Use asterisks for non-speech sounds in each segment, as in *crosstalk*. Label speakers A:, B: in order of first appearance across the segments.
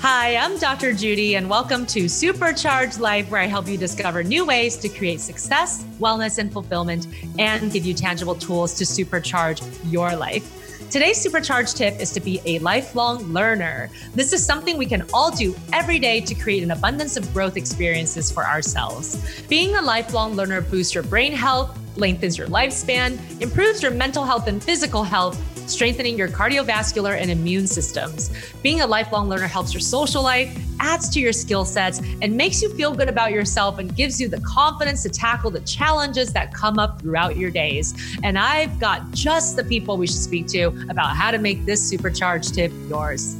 A: Hi, I'm Dr. Judy, and welcome to Supercharge Life, where I help you discover new ways to create success, wellness, and fulfillment, and give you tangible tools to supercharge your life. Today's supercharge tip is to be a lifelong learner. This is something we can all do every day to create an abundance of growth experiences for ourselves. Being a lifelong learner boosts your brain health, lengthens your lifespan, improves your mental health and physical health strengthening your cardiovascular and immune systems. Being a lifelong learner helps your social life, adds to your skill sets, and makes you feel good about yourself and gives you the confidence to tackle the challenges that come up throughout your days. And I've got just the people we should speak to about how to make this supercharged tip yours.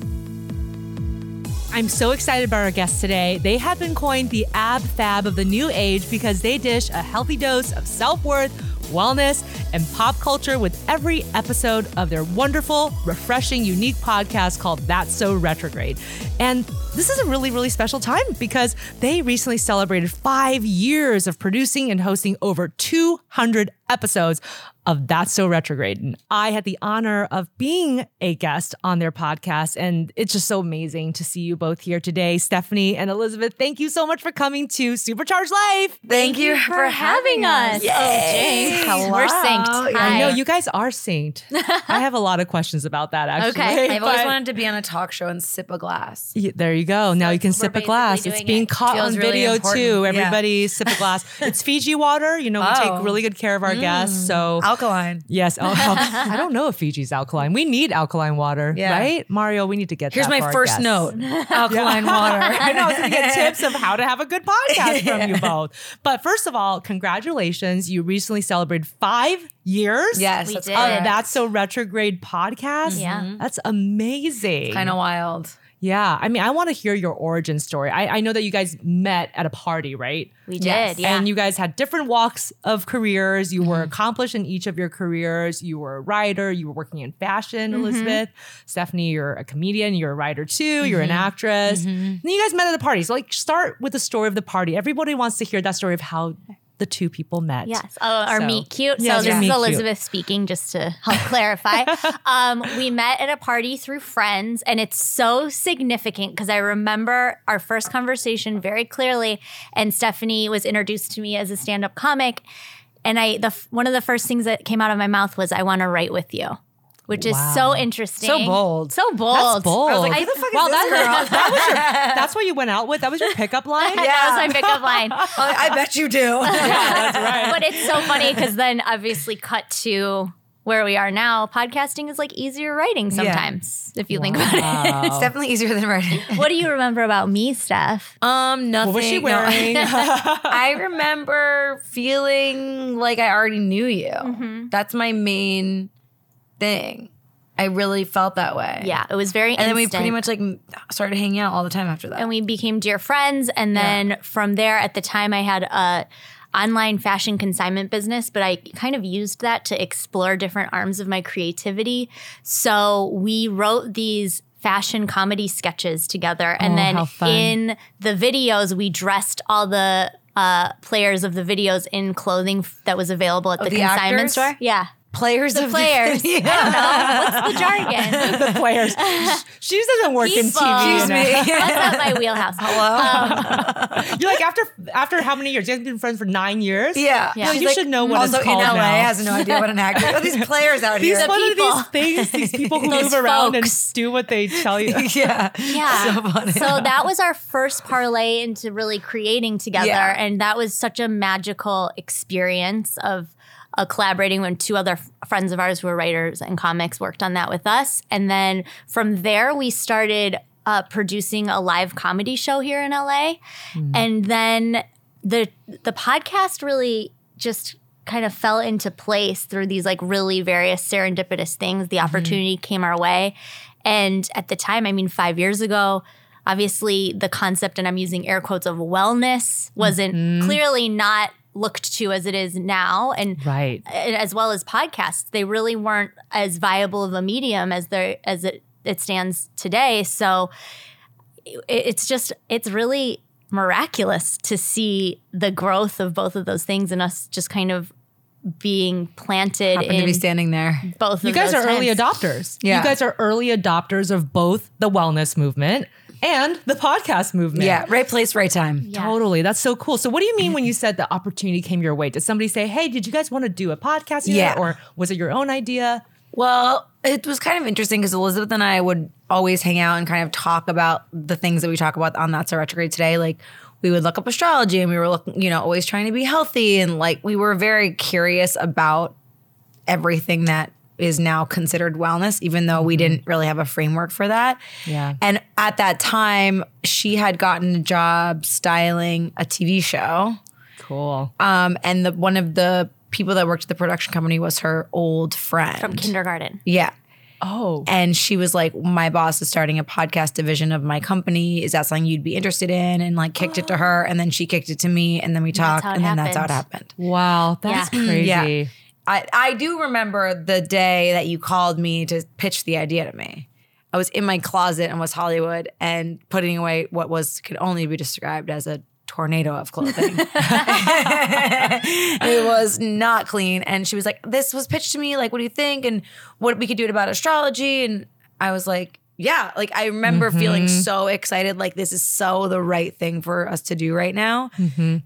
A: I'm so excited about our guests today. They have been coined the ab fab of the new age because they dish a healthy dose of self worth wellness, and pop culture with every episode of their wonderful, refreshing, unique podcast called That's So Retrograde. And this is a really, really special time because they recently celebrated five years of producing and hosting over 200 episodes of That's So Retrograde. And I had the honor of being a guest on their podcast. And it's just so amazing to see you both here today, Stephanie and Elizabeth. Thank you so much for coming to Supercharge Life.
B: Thank, Thank you, for, for having, having us. us.
C: Yay.
B: Oh, Hello. We're synced.
A: Hi. I know you guys are
B: *laughs*
A: synced. I have a lot of questions about that, actually.
B: Okay. I've always wanted to be on a talk show and sip a glass.
A: Yeah, there you go. So now you can sip a glass. It's being it. caught Feels on really video, important. too. Everybody yeah. sip a *laughs* glass. It's Fiji water. You know, oh. we take really good care of our mm. guests. So,
B: alkaline.
A: Yes, al- I *laughs* don't know if Fiji's alkaline. We need alkaline water, yeah. right, Mario? We need to get.
B: Here's my
A: *laughs*
B: first note: alkaline water.
A: I know. I was gonna
B: *laughs*
A: get tips of how to have a good podcast from yeah. you both. But first of all, congratulations! You recently celebrated five years.
B: Yes,
A: we that's, did. Uh, that's so retrograde podcast.
B: Yeah,
A: that's amazing. *laughs*
B: Kind of wild.
A: Yeah. I mean, I want to hear your origin story. I, I, know that you guys met at a party, right?
C: We did. Yes. Yeah.
A: And you guys had different walks of careers. You mm-hmm. were accomplished in each of your careers. You were a writer. You were working in fashion, mm-hmm. Elizabeth. Stephanie, you're a comedian. You're a writer too. Mm-hmm. You're an actress. And you guys met at a party. So, like, start with the story of the party. Everybody wants to hear that story of how the two people met.
C: Yes, oh, our so, meet cute. Yes, so this is Elizabeth cute. speaking, just to help clarify. um, we met at a party through friends, and it's so significant because I remember our first conversation very clearly. And Stephanie was introduced to me as a stand-up comic, and I the one of the first things that came out of my mouth was, "I want to write with you." which wow. is so interesting.
A: So bold.
C: So bold.
A: That's bold. I
B: was like, I, well, that, girl?
A: that was your, that's what you went out with? That was your pickup line?
C: yeah. That was my pickup line.
A: Oh,
B: I, I bet you do. *laughs* yeah,
C: that's right. But it's so funny because then obviously cut to where we are now, podcasting is like easier writing sometimes, yeah. if you wow. think about
B: it. it's definitely easier than writing.
C: *laughs* what do you remember about me, Steph?
B: *laughs* Um, nothing.
A: What was she
B: *laughs*
A: wearing? No.
B: I remember feeling like I already knew you. Mm-hmm. That's my main thing. I really felt that way.
C: Yeah, it was very.
B: And
C: instant.
B: then we pretty much like started hanging out all the time after that.
C: And we became dear friends. And then yeah. from there, at the time, I had a online fashion consignment business, but I kind of used that to explore different arms of my creativity. So we wrote these fashion comedy sketches together, and
A: oh,
C: then in the videos, we dressed all the uh, players of the videos in clothing f- that was available at oh, the, the, consignment actors? store. *laughs* Yeah
B: players
C: the
B: *laughs*
C: players. The, yeah. I don't know. What's the jargon?
A: the players. She doesn't work People. in TV. *laughs*
C: Excuse
B: *laughs*
C: me. That's not my *laughs* wheelhouse.
A: Hello. Um, You're like after after how many years? You guys been friends for nine years.
B: Yeah.
A: yeah. No, you like, should know what
B: also
A: it's called
B: in LA
A: now.
B: has no idea what an actor. All these players
A: *laughs*
B: out
A: these,
B: here.
A: One the people. of these things. These people who move around and do what they tell you.
B: *laughs* *laughs* yeah.
C: Yeah. *laughs* So, funny. so that was our first parlay into really creating together, yeah. and that was such a magical experience of uh, collaborating when two other f- friends of ours who were writers and comics worked on that with us. And then from there, we started uh, producing a live comedy show here in LA. Mm. And then the the podcast really just kind of fell into place through these like really various serendipitous things. The opportunity mm-hmm. came our way. And at the time, I mean, five years ago, obviously the concept, and I'm using air quotes of wellness, wasn't mm-hmm. clearly not looked to as it is now and
A: right
C: as well as podcasts they really weren't as viable of a medium as they as it, it stands today so it, it's just it's really miraculous to see the growth of both of those things and us just kind of being planted
B: Happen to be standing there.
C: Both
A: you guys are
C: times.
A: early adopters. Yeah. You guys are early adopters of both the wellness movement and the podcast movement.
B: Yeah, right place, right time.
C: Yeah.
A: Totally. That's so cool. So, what do you mean when you said the opportunity came your way? Did somebody say, hey, did you guys want to do a podcast? here?"
B: Yeah.
A: Or was it your own idea?
B: Well, it was kind of interesting because Elizabeth and I would always hang out and kind of talk about the things that we talk about on That's a Retrograde today. Like we would look up astrology and we were looking, you know, always trying to be healthy and like we were very curious about everything that is now considered wellness, even though we didn't really have a framework for that.
A: Yeah.
B: And at that time, she had gotten a job styling a TV show.
A: Cool.
B: Um, and the one of the people that worked at the production company was her old friend.
C: from kindergarten.
B: yeah.
A: Oh,
B: And she was like, My boss is starting a podcast division of my company. Is that something you'd be interested in? And like kicked it to her. And then she kicked it to me. And then we
C: That's
B: talked.
C: how it
B: And then that's how it
C: happened.
B: happened.
A: wow. That's
C: Yeah.
A: crazy.
B: Yeah. I, I do remember the day that you called me to pitch the idea to me. I was in my closet in West Hollywood and putting away what was could only be described as a tornado of clothing. *laughs* it was not clean. And she was like, This was pitched to me. Like, what do you think? And what we could do it about astrology. And I was like, Yeah. Like, I remember feeling so excited. Like, this is so the right thing for us to do right now.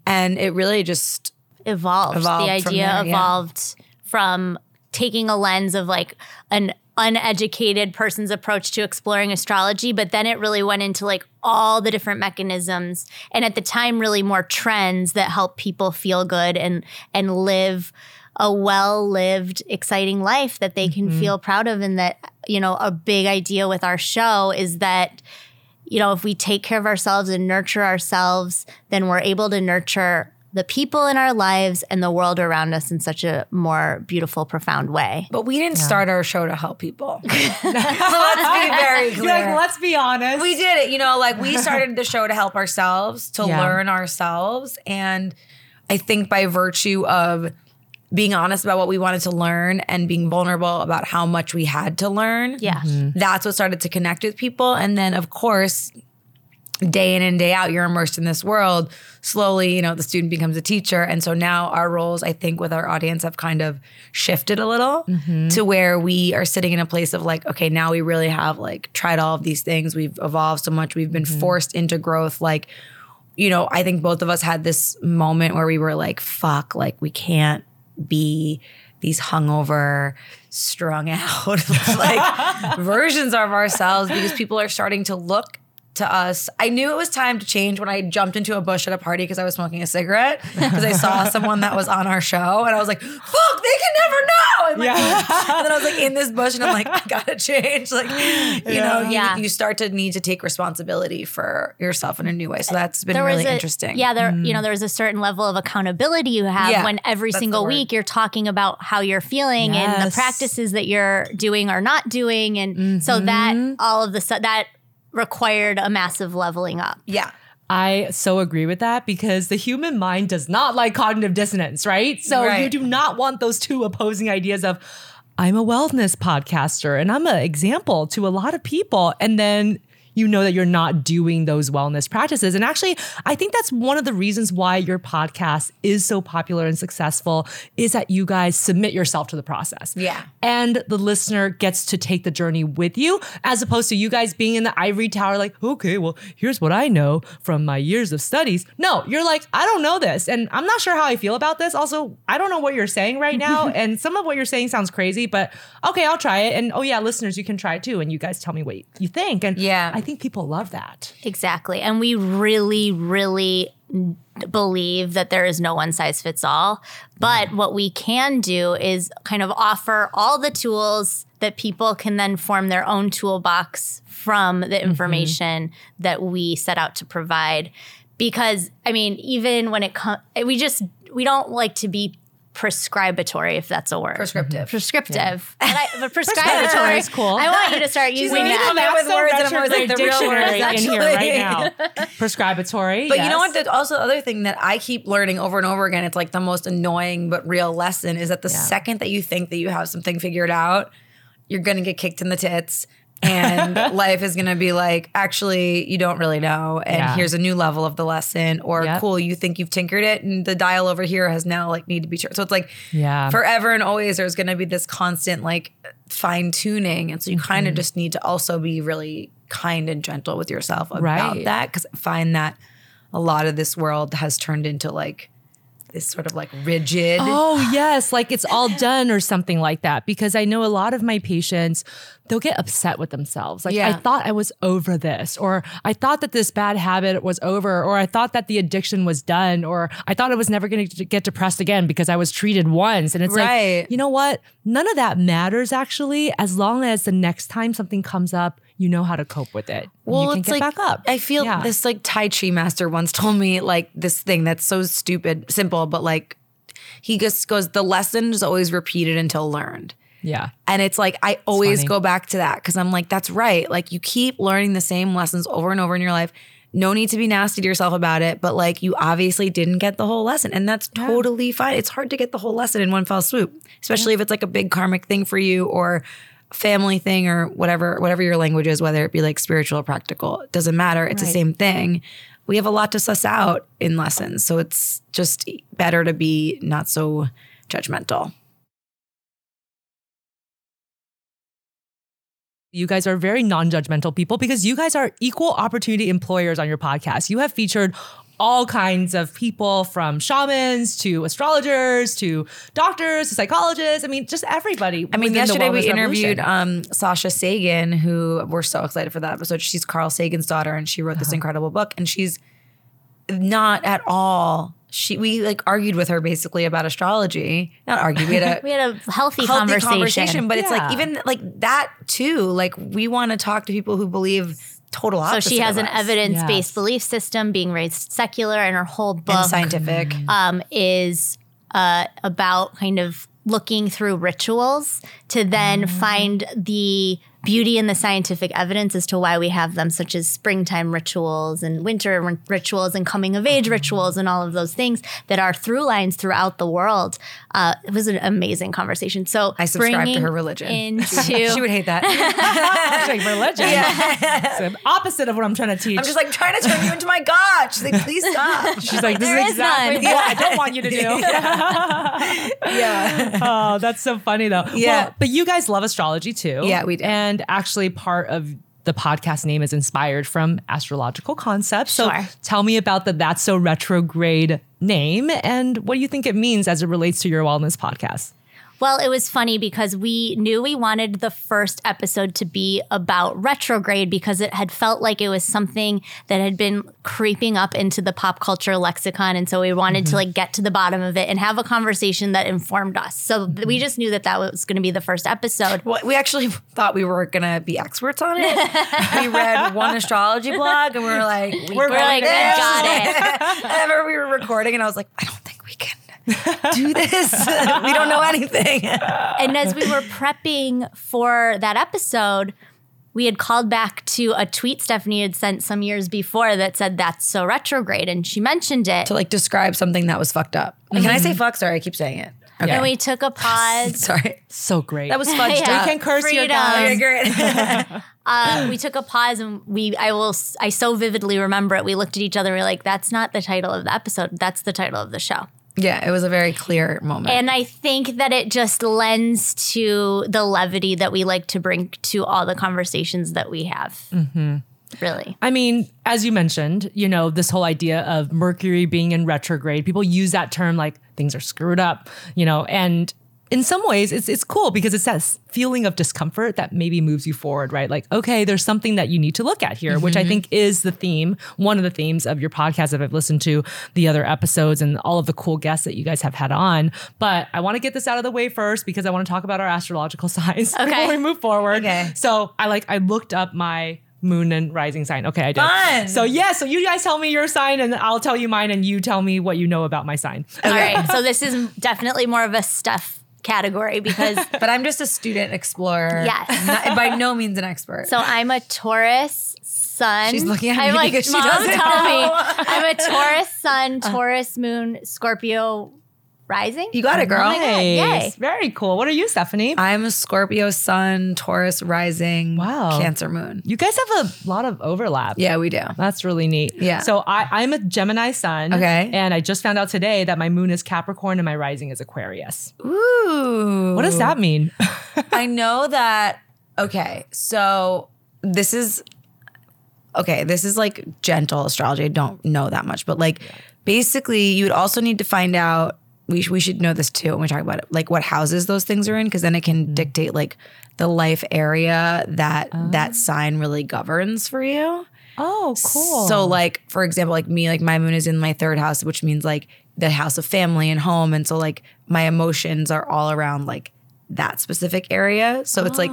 B: And it really just,
C: evolved.
B: Evolved
C: the idea
B: from there, yeah.
C: evolved from taking a lens of like an uneducated person's approach to exploring astrology, but then it really went into like all the different mechanisms and at the time really more trends that help people feel good and and live a well-lived exciting life that they
B: Mm-hmm.
C: can feel proud of and that you know a big idea with our show is that you know, if we take care of ourselves and nurture ourselves, then we're able to nurture the people in our lives and the world around us in such a more beautiful, profound way.
B: but we didn't start our show to help *laughs* people. Let's be very
A: You're like,
B: clear.
A: let's be honest.
B: we did it, you know, like we started the show to help ourselves, to
A: Yeah.
B: learn ourselves. And I think by virtue of being honest about what we wanted to learn and being vulnerable about how much we had to learn,
C: Yeah.
B: that's what started to connect with people. And then, of course, day in and day out, you're immersed in this world. Slowly, you know, the student becomes a teacher. And so now our roles, I think, with our audience have kind of shifted a little to where we are sitting in a place of like, okay, now we really have like tried all of these things. We've evolved so much. We've been forced into growth. Like, you know, I think both of us had this moment where we were like, fuck, like we can't be these hungover, strung out,
C: *laughs*
B: *laughs* like versions of ourselves because people are starting to look to us. I knew it was time to change when I jumped into a bush at a party because I was smoking a cigarette because
C: *laughs*
B: I saw someone that was on our show and I was like, fuck, they can never know. And, like, and then I was like in this bush and I'm like, I gotta change. Like, you know, you,
C: Yeah.
B: you start to need to take responsibility for yourself in a new way. So that's been
C: was
B: really
C: a-
B: interesting.
C: Yeah, there you know, there's a certain level of accountability you have
B: Yeah,
C: when every
B: that's
C: single
B: the word.
C: week you're talking about how you're feeling and the
A: Yes.
C: practices that you're doing or not doing, and so
B: Mm-hmm.
C: that all of the su- that required a massive leveling up.
B: Yeah.
A: I so agree with that because the human mind does not like cognitive dissonance, right? So you
B: Right.
A: do not want those two opposing ideas of I'm a wellness podcaster and I'm an example to a lot of people and then you know that you're not doing those wellness practices. And actually, I think that's one of the reasons why your podcast is so popular and successful is that you guys submit yourself to the process.
B: Yeah.
A: And the listener gets to take the journey with you, as opposed to you guys being in the ivory tower, like, okay, well, here's what I know from my years of studies. No, you're like, I don't know this. And I'm not sure how I feel about this. Also, I don't know what you're saying
B: *laughs*
A: right now. and some of what you're saying sounds crazy, but okay, I'll try it. And oh, yeah, listeners, you can try it too. And you guys tell me what you think. And
B: Yeah.
A: I think people love that.
C: Exactly. And we really, really believe that there is no one size fits all. But what we can do is kind of offer all the tools that people can then form their own toolbox from the
A: Mm-hmm.
C: information that we set out to provide. Because, I mean, even when it comes, we just, we don't like to be prescribatory, if that's a word.
B: Prescriptive.
A: Mm-hmm.
C: prescriptive. And I,
A: *laughs*
C: but
A: Prescriptive
C: prescriptive
A: is cool.
C: I want you to start
B: She's
C: using
B: like,
C: that.
B: "Come back with words and I'm always like, the real
A: dictionary
B: words,
A: in here
B: actually.
A: right now. *laughs* Prescribatory.
B: But you know
A: yes.
B: what? The, also, the other thing that I keep learning over and over again, it's like the most annoying but real lesson is that the second that you think that you have something figured out, you're going to get kicked in the tits
A: *laughs*
B: and life is going to be like, actually, you don't really know. And
A: Yeah.
B: here's a new level of the lesson. Or
A: Yep.
B: cool, you think you've tinkered it and the dial over here has now like need to be turned. So it's like
A: Yeah.
B: forever and always there's going to be this constant like fine tuning. And so you kind of just need to also be really kind and gentle with yourself about
A: Right.
B: that. Cause I find that a lot of this world has turned into like this sort of like rigid. *laughs*
A: Oh, yes. Like it's all done or something like that. Because I know a lot of my patients, they'll get upset with themselves. Like, I
B: Yeah.
A: thought I was over this, or I thought that this bad habit was over, or I thought that the addiction was done, or I thought I was never going to get depressed again because I was treated once. And it's
B: Right.
A: like, you know what? None of that matters actually, as long as the next time something comes up, you know how to cope with it. you can get
B: like
A: back up.
B: I feel
A: Yeah.
B: this like Tai Chi master once told me like this thing that's so stupid, simple, but like he just goes, the lesson is always repeated until learned.
A: Yeah.
B: And it's like I always
A: funny.
B: go back to that because I'm like, that's right. Like you keep learning the same lessons over and over in your life. No need to be nasty to yourself about it, but like you obviously didn't get the whole lesson, and that's totally fine. It's hard to get the whole lesson in one fell swoop, especially if it's like a big karmic thing for you or family thing or whatever whatever your language is, whether it be like spiritual or practical. It doesn't matter. It's the same thing. We have a lot to suss out in lessons, so it's just better to be not so judgmental.
A: You guys are very non judgmental people because you guys are equal opportunity employers on your podcast. You have featured all kinds of people from shamans to astrologers to doctors to psychologists. I mean, just everybody.
B: I
A: within
B: mean,
A: the
B: yesterday we
A: wellness
B: interviewed
A: revolution.
B: um, Sasha Sagan, who we're so excited for that episode. She's Carl Sagan's daughter, and she wrote this incredible book. And she's not at all. She we like argued with her basically about astrology. Not argued. We had a
C: We had a healthy,
B: healthy
C: conversation.
B: but it's like
A: Yeah.
B: even like that too. Like we want to talk to people who believe total
C: so
B: opposite.
C: she has
B: of
C: an
B: us.
C: evidence-based
A: Yes.
C: belief system, being raised secular, and her whole
B: and
C: book
B: scientific.
C: um, is uh, about kind of looking through rituals to then
B: Mm.
C: find the beauty in the scientific evidence as to why we have them, such as springtime rituals and winter r- rituals and coming of
B: Mm-hmm.
C: age rituals and all of those things that are through lines throughout the world. Uh, it was an amazing conversation. So
B: I subscribe to
C: bringing
B: her religion.
C: Into
B: *laughs* she would hate that.
A: It's *laughs* like religion.
B: *laughs*
A: It's the opposite of what I'm trying to teach.
B: I'm just like trying to turn you into my God. She's like, please stop.
A: She's like, this
C: There *laughs*
A: is
C: is
A: exactly
C: none.
A: what I don't want
B: *laughs*
A: you to do.
B: yeah.
A: oh, that's so funny though.
B: Yeah.
A: Well, but you guys love astrology too.
B: Yeah, we do.
A: And actually, part of the podcast name is inspired from astrological concepts.
C: Sure.
A: So tell me about the That's So Retrograde name and what do you think it means as it relates to your wellness podcast?
C: Well, it was funny because we knew we wanted the first episode to be about retrograde because it had felt like it was something that had been creeping up into the pop culture lexicon. And so we wanted to like get to the bottom of it and have a conversation that informed us. So th- we just knew that that was going to be the first *laughs* episode.
B: Well, we actually *laughs* thought we were gonna be experts on it. we read one astrology blog and we were like, we
A: We're
C: We're like, we
A: Yeah.
C: got it.
B: *laughs* I remember we were recording and I was like, I don't think we can do this. *laughs* we don't know
C: *laughs*
B: anything. *laughs*
C: and as we were prepping for that episode, we had called back to a tweet Stephanie had sent some years before that said, That's so retrograde. And she mentioned it.
B: To like describe something that was fucked up. Like, Can I say fuck? Sorry, I keep saying it. Okay.
C: And we took a pause.
B: *laughs* Sorry.
A: So great.
B: That was *laughs* fudged
C: Yeah.
B: up.
A: You can curse your
C: Freedom.
A: guys.
B: Okay, great. *laughs*
C: Uh, we took a pause and we, I will, s- I so vividly remember it. We looked at each other and we were like, that's not the title of the episode. That's the title of the show.
B: yeah, it was a very clear moment.
C: And I think that it just lends to the levity that we like to bring to all the conversations that we have. Mm-hmm. Really.
A: I mean, as you mentioned, you know, this whole idea of Mercury being in retrograde, people use that term like things are screwed up, you know, and in some ways it's it's cool because it's that s- feeling of discomfort that maybe moves you forward, right? Like, okay, there's something that you need to look at here, which I think is the theme, one of the themes of your podcast that I've listened to the other episodes and all of the cool guests that you guys have had on. But I want to get this out of the way first because I want to talk about our astrological *laughs* signs before
C: Okay.
A: we move forward.
B: Okay.
A: So I like I looked up my moon and rising sign. Okay, I did.
B: Fun.
A: So yeah, so you guys tell me your sign and I'll tell you mine and you tell me what you know about my sign.
B: Oh
C: All
B: *laughs*
C: right. So this is definitely more of a stuff category
B: *laughs*
C: because
B: but I'm just a student explorer.
C: Yes.
B: Not- by no means an expert. *laughs*
C: So I'm a Taurus sun.
B: She's looking at
C: I'm
B: me
C: like,
B: because she
C: Mom,
B: doesn't
C: tell
B: *laughs* know."
C: me. I'm a Taurus sun, Taurus moon, Scorpio rising.
B: You got it, girl.
A: Nice.
C: Yay.
A: Very cool. What are you, Stephanie?
B: I'm a Scorpio sun, Taurus rising,
A: Wow.
B: Cancer moon.
A: you guys have a lot of overlap.
B: Yeah, we do.
A: That's really neat.
B: Yeah.
A: So I, I'm a Gemini sun.
B: Okay.
A: And I just found out today that my moon is Capricorn and my rising is Aquarius.
B: Ooh.
A: What does that
B: *laughs*
A: mean?
B: I know that. Okay, so this is okay. This is like gentle astrology. I don't know that much, but like basically, you would also need to find out. We sh- we should know this too when we talk about it, like what houses those things are in, because then it can dictate like the life area that that sign really governs for you.
A: oh,
B: So like for example, like me, like my moon is in my third house, which means like the house of family and home. And so like my emotions are all around like that specific area. So it's like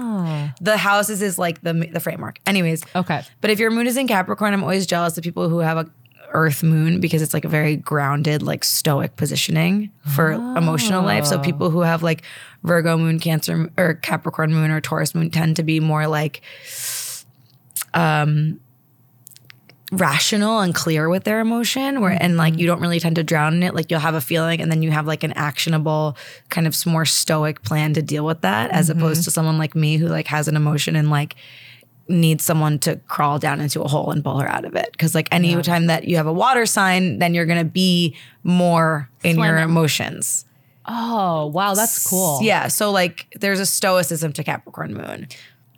B: the houses is like the the framework. Anyways,
A: Okay.
B: but if your moon is in Capricorn, I'm always jealous of people who have a Earth moon because it's like a very grounded, like stoic positioning for emotional life. So people who have like Virgo moon, Cancer or Capricorn moon or Taurus moon tend to be more like um rational and clear with their emotion where and like you don't really tend to drown in it like you'll have a feeling and then you have like an actionable kind of s- more stoic plan to deal with that as opposed to someone like me who like has an emotion and like needs someone to crawl down into a hole and pull her out of it. Cause like any time that you have a water sign, then you're gonna be more in your
C: Swimming.
B: emotions.
A: Oh, wow. That's cool.
B: Yeah. So like there's a stoicism to Capricorn moon.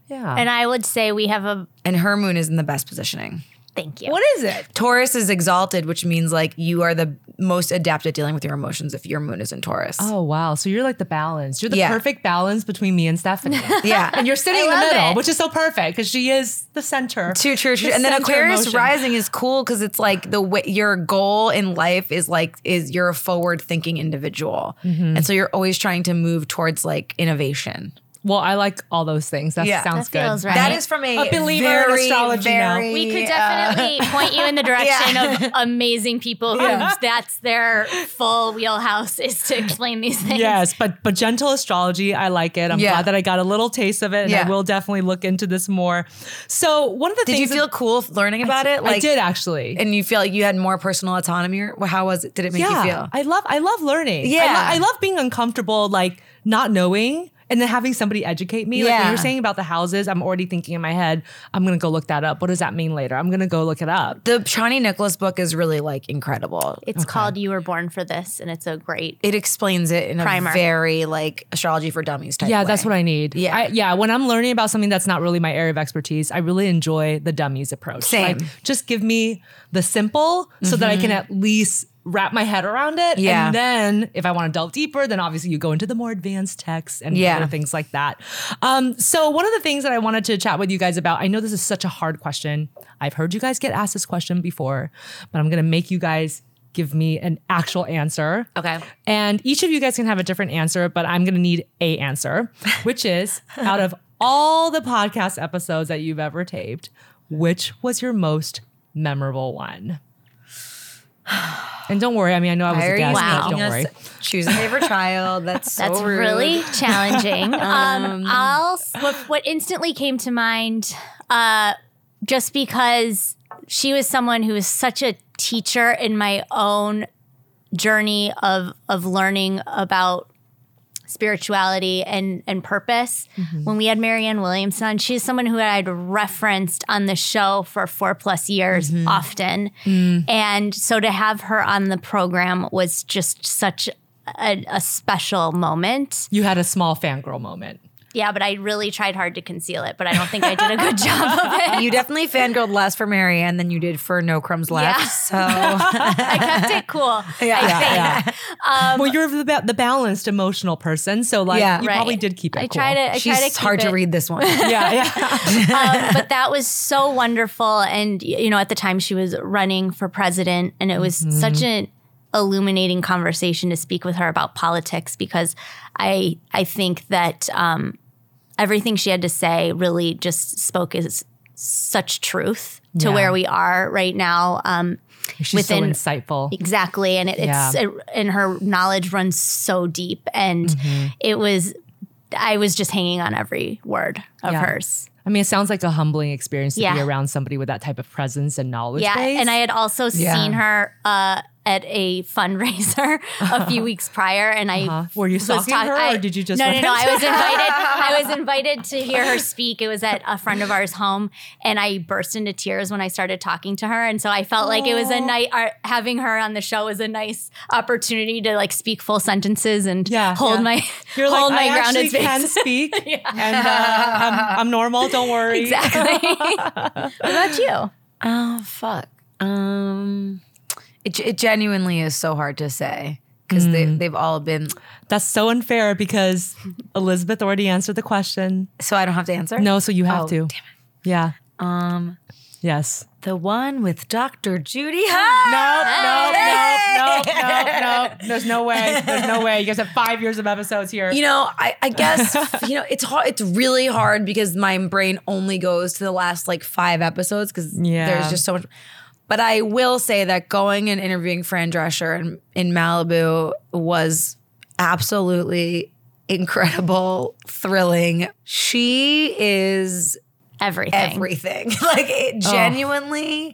A: Yeah.
C: And I would say we have a
B: And her moon is in the best positioning.
C: thank you.
B: is it? Taurus is exalted, which means like you are the most adept at dealing with your emotions if your moon is in Taurus.
A: oh, wow. So you're like the balance. You're the
B: Yeah.
A: perfect balance between me and Stephanie.
B: *laughs* *laughs* Yeah.
A: and you're sitting
C: I
A: in the
C: love
A: middle,
C: it.
A: which is so perfect because she is the center.
B: True, true, true.
A: The
B: And then
A: center
B: Aquarius
A: emotion.
B: rising is cool because it's like the way your goal in life is like is you're a forward thinking individual,
A: Mm-hmm.
B: and so you're always trying to move towards like innovation.
A: Well, I like all those things. That
B: Yeah.
A: sounds
C: That feels
A: good.
C: right.
B: That is from a,
A: A believer in
B: very,
A: astrology now.
B: very,
C: we could
B: uh,
C: definitely
B: *laughs*
C: point you in the direction of amazing people who that's their full wheelhouse is to explain these things.
A: Yes, but but gentle astrology, I like it. I'm
B: Yeah.
A: glad that I got a little taste of it, and
B: Yeah.
A: I will definitely look into this more. So one of the
B: did you
A: things
B: feel cool learning about it?
A: I did actually.
B: and you feel like you had more personal autonomy. Or how was it? Did it make
A: yeah,
B: you feel?
A: I love I love learning. I,
B: Yeah.
A: lo- I love being uncomfortable, like not knowing. And then having somebody educate me, like when
B: Yeah.
A: you were saying about the houses, I'm already thinking in my head, I'm gonna go look that up. What does that mean later? I'm gonna go look it up.
B: the Shawnee Nicholas book is really like incredible.
C: It's called You Were Born for This, and it's a great
B: It explains it in
C: Primer.
B: a very like astrology for dummies type.
A: Yeah,
B: way.
A: that's what I need.
B: Yeah.
A: I, yeah. When I'm learning about something that's not really my area of expertise, I really enjoy the dummies approach.
B: Same. Mm-hmm.
A: Like, just give me the simple so that I can at least wrap my head around it.
B: Yeah.
A: And then if I want to delve deeper, then obviously you go into the more advanced texts and
B: Yeah.
A: other things like that. Um, so one of the things that I wanted to chat with you guys about, I know this is such a hard question. I've heard you guys get asked this question before, but I'm gonna make you guys give me an actual answer.
B: Okay.
A: And each of you guys can have a different answer, but I'm going to need a answer, which is out of all the podcast episodes that you've ever taped, which was your most memorable one? And don't worry, I mean, I know I was
B: Why
A: a
B: are you
A: guest, but
C: Wow.
A: don't worry.
B: making us Choose a favorite *laughs* child. That's so
C: That's
B: rude.
C: really
B: *laughs*
C: challenging. um, I'll s- what, what instantly came to mind, uh, just because she was someone who was such a teacher in my own journey of of learning about spirituality and and purpose.
B: Mm-hmm.
C: When we had Marianne Williamson, she's someone who I'd referenced on the show for four plus years
B: Mm-hmm.
C: often, and so to have her on the program was just such. A, a special moment.
A: You had a small fangirl moment.
C: Yeah, but I really tried hard to conceal it, but I don't think I did a good *laughs* job of it.
B: You definitely fangirled less for Marianne than you did for No Crumbs Left.
C: Yeah.
B: *laughs* So
C: I kept it cool.
B: Yeah.
C: I
B: Yeah,
C: think.
A: Yeah. well, you're the, ba- the balanced emotional person. So, like,
B: Yeah.
A: you
C: Right.
A: probably did keep it.
C: I
A: cool.
C: try to. I try to
B: she's
C: keep
B: hard
C: it-
B: to read this one.
A: Yeah,
C: *laughs*
A: yeah.
C: um, but that was so wonderful. And, y- you know, at the time she was running for president, and it
A: Mm-hmm.
C: was such an illuminating conversation to speak with her about politics because I, I think that um, everything she had to say really just spoke as such truth to
A: Yeah.
C: where we are right now. Um,
A: She's
C: Within- e-
A: so insightful.
C: Exactly, and it, it's
A: Yeah.
C: it, and her knowledge runs so deep, and
A: Mm-hmm.
C: it was I was just hanging on every word of
A: Yeah.
C: hers.
A: I mean, it sounds like a humbling experience to be
C: Yeah.
A: around somebody with that type of presence and knowledge.
C: Yeah,
A: base.
C: and I had also
B: Yeah.
C: seen her uh, at a fundraiser *laughs* a few weeks prior, and I
A: Uh-huh. Were you
C: was
A: stalking
C: talk-
A: her,
C: I-
A: or did you just?
C: no, no, no. I was invited. I was invited to hear her speak. It was at a friend of ours' home, and I burst into tears when I started talking to her. And so I felt like it was a night. Our, having her on the show was a nice opportunity to like speak full sentences and
A: Yeah,
C: hold
A: yeah.
C: my
A: *laughs* You're
C: hold
A: like,
C: my
A: I
C: ground.
A: actually
C: and space. *laughs*
A: can speak, and uh, I'm, I'm normal. Don't worry. *laughs*
C: Exactly. what about you?
B: Oh *laughs* fuck. Um, it it genuinely is so hard to say because they
A: Mm.
B: they've all been.
A: That's so unfair because Elizabeth already answered the question.
B: So I don't have to answer.
A: No, so you have
B: Oh,
A: to.
B: damn
A: Yeah.
B: Um,
A: Yes.
B: the one with Dr. *laughs* Judy. Hi.
A: Nope, nope, nope, nope, nope, nope. *laughs* There's no way. There's no way. You guys have five years of episodes here.
B: You know, I,
A: *laughs*
B: I guess you know it's hard. It's really hard because my brain only goes to the last like five episodes because
A: Yeah.
B: there's just so much. But I will say that going and interviewing Fran Drescher in, in Malibu was absolutely incredible, thrilling. She is
C: Everything.
B: everything. *laughs* like it genuinely.
A: Oh.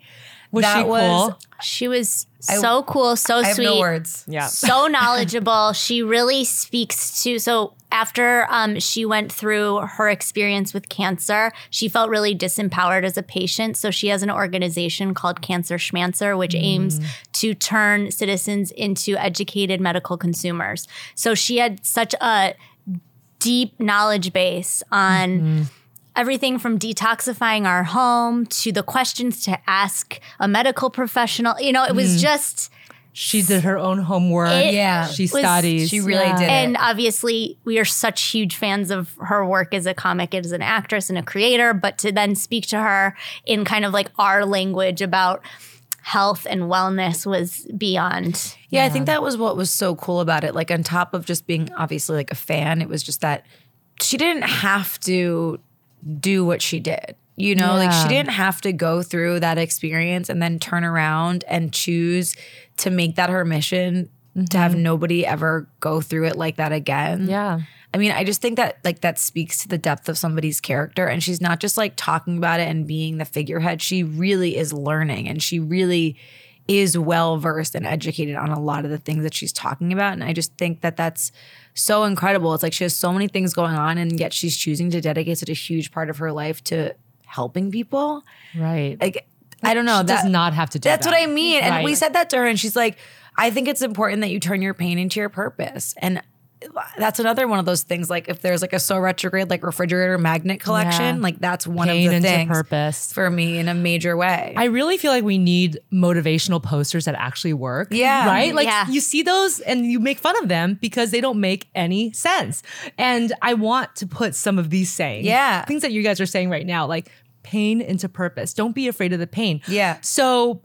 A: was
B: that
A: she
B: was-
A: cool?
C: She was so cool, so
B: I have
C: sweet.
B: no words.
A: Yeah.
C: so knowledgeable. She really speaks to. So after um, she went through her experience with cancer, she felt really disempowered as a patient. So she has an organization called Cancer Schmancer, which aims to turn citizens into educated medical consumers. So she had such a deep knowledge base on everything from detoxifying our home to the questions to ask a medical professional. You know, it was just.
A: *laughs* She did her own homework.
C: It
B: Yeah.
A: She
C: was-
A: studies.
B: She really
A: Yeah.
B: did.
C: And
B: it.
C: obviously, we are such huge fans of her work as a comic, as an actress and a creator. But to then speak to her in kind of like our language about health and wellness was beyond.
B: Yeah, I think that was what was so cool about it. Like on top of just being obviously like a fan, it was just that she didn't have to do what she did. You know, like
A: Yeah.
B: she didn't have to go through that experience and then turn around and choose to make that her mission to have nobody ever go through it like that again.
A: Yeah.
B: I mean, I just think that like that speaks to the depth of somebody's character and she's not just like talking about it and being the figurehead. She really is learning and she really is well versed and educated on a lot of the things that she's talking about and I just think that that's so incredible. It's like she has so many things going on and yet she's choosing to dedicate such a huge part of her life to helping people.
A: Right.
B: Like I don't know
A: she
B: that
A: does not have to do
B: that's
A: that.
B: what I mean. And we
A: Right.
B: said that to her, and she's like, I think it's important that you turn your pain into your purpose. And that's another one of those things. Like if there's like a so retrograde, like refrigerator magnet collection,
A: Yeah.
B: like that's one
A: Pain
B: of the
A: into
B: things
A: purpose.
B: for me in a major way.
A: I really feel like we need motivational posters that actually work.
B: Yeah.
A: Right? Like
C: Yeah.
A: you see those and you make fun of them because they don't make any sense. And I want to put some of these sayings.
B: Yeah.
A: Things that you guys are saying right now, like pain into purpose. Don't be afraid of the pain.
B: Yeah.
A: So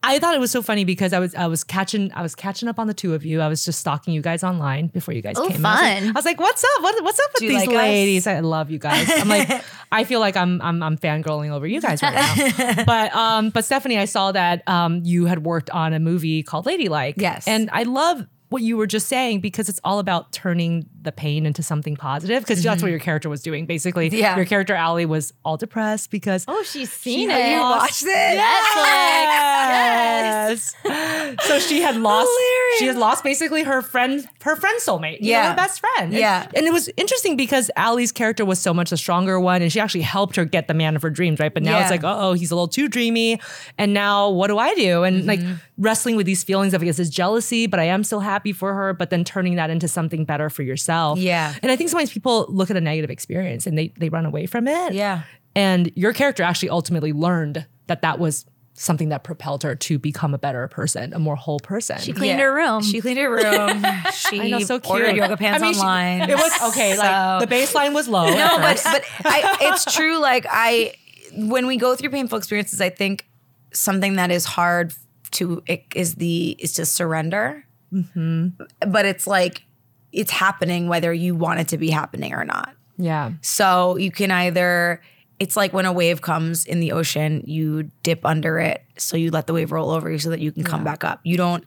A: I thought it was so funny because I was I was catching I was catching up on the two of you. I was just stalking you guys online before you guys
C: Oh,
A: came. out. I was like-
C: fun.
A: I was like, "What's up? What, what's up with
B: Do you
A: these
B: like us?
A: ladies? I love you guys." I'm
B: *laughs*
A: like, I feel like I'm I'm I'm fangirling over you guys right
B: *laughs*
A: now. but um, but Stephanie, I saw that um, you had worked on a movie called Ladylike.
B: Yes.
A: and I love what you were just saying because it's all about turning the pain into something positive because that's what your character was doing basically.
B: Mm-hmm. Yeah.
A: your character Allie was all depressed because
C: Oh, she's seen
A: it.
C: it.
A: you
B: watched it.
A: Yes. So she had lost.
B: Hilarious.
A: She had lost basically her friend, her friend soulmate. You know,
B: Yeah.
A: her best friend. And-
B: Yeah.
A: And, it was interesting because Allie's character was so much the stronger one, and she actually helped her get the man of her dreams. Right. But now it's
B: Yeah.
A: like, uh oh, he's a little too dreamy, and now what do I do? And
B: Mm-hmm.
A: like wrestling with these feelings of I guess is jealousy, but I am still happy for her. But then turning that into something better for yourself.
B: Yeah.
A: And I think sometimes people look at a negative experience and they they run away from it.
B: Yeah.
A: And your character actually ultimately learned that that was something that propelled her to become a better person, a more whole person.
C: She cleaned her room.
B: She cleaned her
A: *laughs*
B: room. She
A: um, I know, so cute.
B: ordered yoga pants
A: I mean, she-
B: online.
A: it was okay.
B: So-
A: Like the baseline was low.
B: *laughs* No, but but I, it's true. Like I, when we go through painful experiences, I think something that is hard to is the is to surrender. But it's like it's happening whether you want it to be happening or not.
A: yeah,
B: So you can either. It's like when a wave comes in the ocean, you dip under it, so you let the wave roll over you so that you can come back up. You don't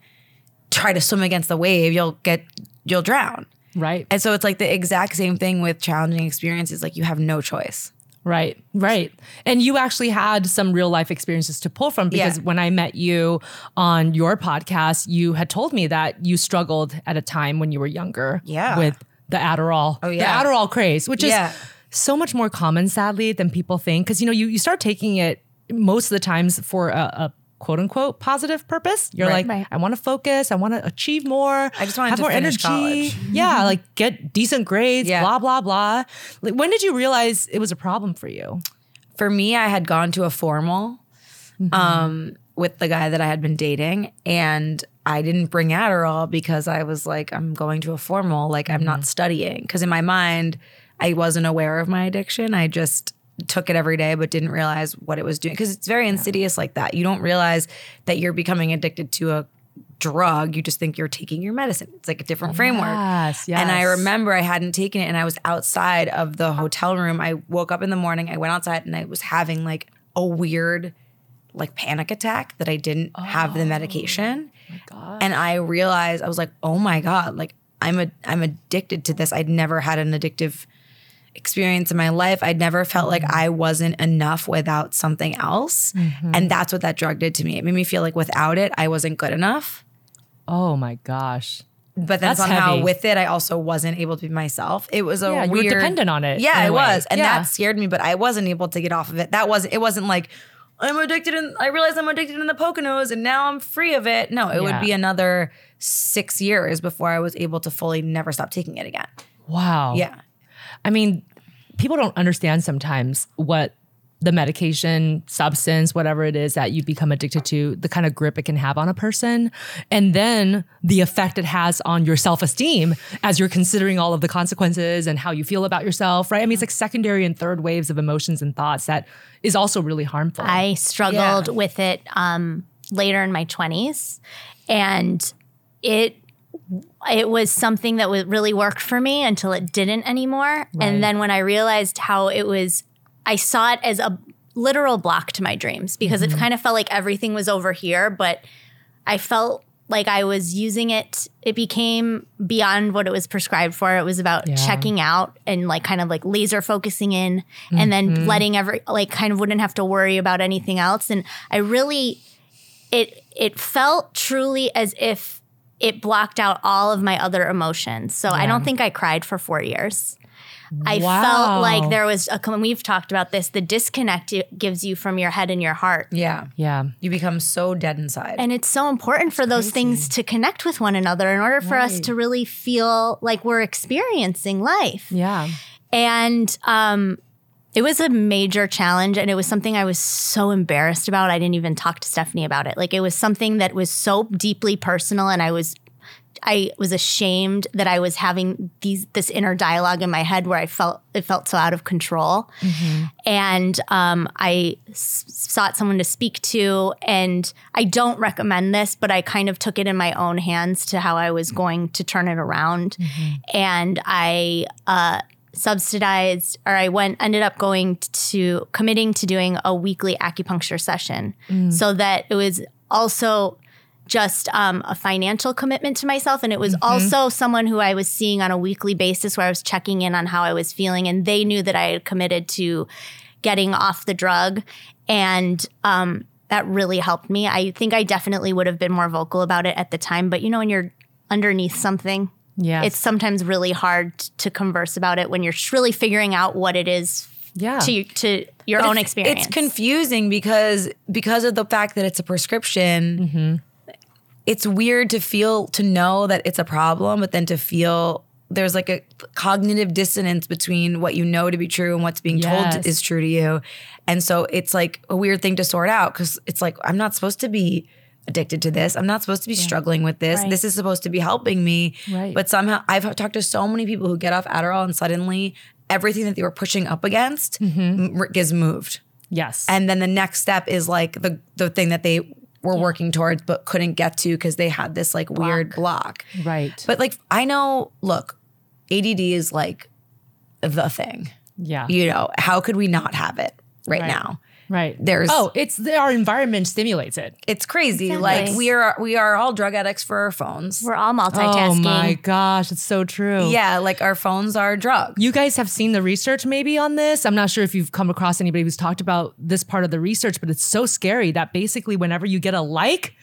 B: try to swim against the wave; you'll get you'll drown.
A: right.
B: And so it's like the exact same thing with challenging experiences. Like you have no choice.
A: Right, right. And you actually had some real life experiences to pull from because
B: Yeah.
A: when I met you on your podcast, you had told me that you struggled at a time when you were younger
B: Yeah.
A: with the Adderall. Oh,
B: yeah.
A: The Adderall craze, which
B: Yeah.
A: is so much more common, sadly, than people think. Because, you know, you, you start taking it most of the times for a, a quote unquote positive purpose. You're like,
C: Right.
A: I want to focus, I want to achieve more,
B: I just wanted
A: have
B: to
A: more
B: finish
A: energy.
B: college.
A: Yeah, like get decent grades,
B: Yeah.
A: blah, blah, blah. Like, when did you realize it was a problem for you?
B: for me, I had gone to a formal um, with the guy that I had been dating, and I didn't bring Adderall because I was like, I'm going to a formal, like I'm
A: Mm-hmm.
B: not studying. Because in my mind, I wasn't aware of my addiction. I just took it every day, but didn't realize what it was doing. Because it's very insidious like that. You don't realize that you're becoming addicted to a drug. You just think you're taking your medicine. It's like a different framework.
A: Yes,
B: And I
A: yes.
B: remember I hadn't taken it and I was outside of the hotel room. I woke up in the morning, I went outside and I was having like a weird like panic attack that I didn't have the medication. And I realized I was like, "Oh my god, like I'm a I'm addicted to this. I'd never had an addictive experience in my life. I'd never felt like I wasn't enough without something else. And that's what that drug did to me. It made me feel like without it, I wasn't good enough
A: Oh my gosh.
B: but then
A: That's
B: somehow
A: heavy.
B: with it, I also wasn't able to be myself. It was a
A: Yeah, you were
B: weird.
A: dependent on it in
B: Yeah,
A: a
B: I
A: way.
B: was, and
A: Yeah.
B: that scared me. But I wasn't able to get off of it. That was. It wasn't like I'm addicted, and I realized I'm addicted in the Poconos, and now I'm free of it. No, it would
A: Yeah.
B: be another six years before I was able to fully never stop taking it again.
A: Wow.
B: Yeah,
A: I mean, people don't understand sometimes what the medication, substance, whatever it is that you become addicted to, the kind of grip it can have on a person, and then the effect it has on your self esteem as you're considering all of the consequences and how you feel about yourself, right? I mean, it's like secondary and third waves of emotions and thoughts that is also really harmful.
C: I struggled with it um, later in my 20s, and it it was something that would really worked for me until it didn't anymore. And then when I realized how it was, I saw it as a literal block to my dreams because it kind of felt like everything was over here, but I felt like I was using it. It became beyond what it was prescribed for. It was about checking out and like kind of like laser focusing in and then letting every like kind of wouldn't have to worry about anything else. And I really it it felt truly as if it blocked out all of my other emotions. So I don't think I cried for four years. I
A: Wow.
C: felt like there was a and we've talked about this, the disconnect it gives you from your head and your heart.
B: yeah.
A: yeah.
B: You become so dead inside.
C: And it's so important for those things to connect with one another in order for us to really feel like we're experiencing life.
A: Yeah.
C: And um, it was a major challenge. And it was something I was so embarrassed about. I didn't even talk to Stephanie about it. Like it was something that was so deeply personal. And I was. I was ashamed that I was having these this inner dialogue in my head where I felt it felt so out of control, and um, I s- sought someone to speak to. And I don't recommend this, but I kind of took it in my own hands to how I was going to turn it around. And I uh, subsidized, or I went, ended up going to committing to doing a weekly acupuncture session so that it was also just um, a financial commitment to myself. And it was
A: Mm-hmm.
C: also someone who I was seeing on a weekly basis where I was checking in on how I was feeling. And they knew that I had committed to getting off the drug. And um, that really helped me. I think I definitely would have been more vocal about it at the time. But you know, when you're underneath something,
A: Yeah.
C: it's sometimes really hard to converse about it when you're really figuring out what it is
A: yeah.
C: to, to your own experience.
B: It's confusing because because of the fact that it's a prescription. It's weird to feel to know that it's a problem, but then to feel there's like a cognitive dissonance between what you know to be true and what's being
A: Yes.
B: told is true to you, and so it's like a weird thing to sort out because it's like I'm not supposed to be addicted to this. I'm not supposed to be struggling with this. This is supposed to be helping me,
A: Right.
B: but somehow I've talked to so many people who get off Adderall and suddenly everything that they were pushing up against m- gets moved
A: yes.
B: and then the next step is like the the thing that they were working towards but couldn't get to because they had this like weird block
A: right.
B: but like i know look add is like the thing
A: yeah.
B: you know how could we not have it right, now
A: Right.
B: There's-
A: oh, it's the, our environment stimulates it.
B: It's crazy.
C: Exactly.
B: Like we are we are all drug addicts for our phones.
C: We're all multitasking.
A: Oh my gosh, it's so true.
B: Yeah, like our phones are drugs.
A: You guys have seen the research maybe on this. I'm not sure if you've come across anybody who's talked about this part of the research, but it's so scary that basically whenever you get a like,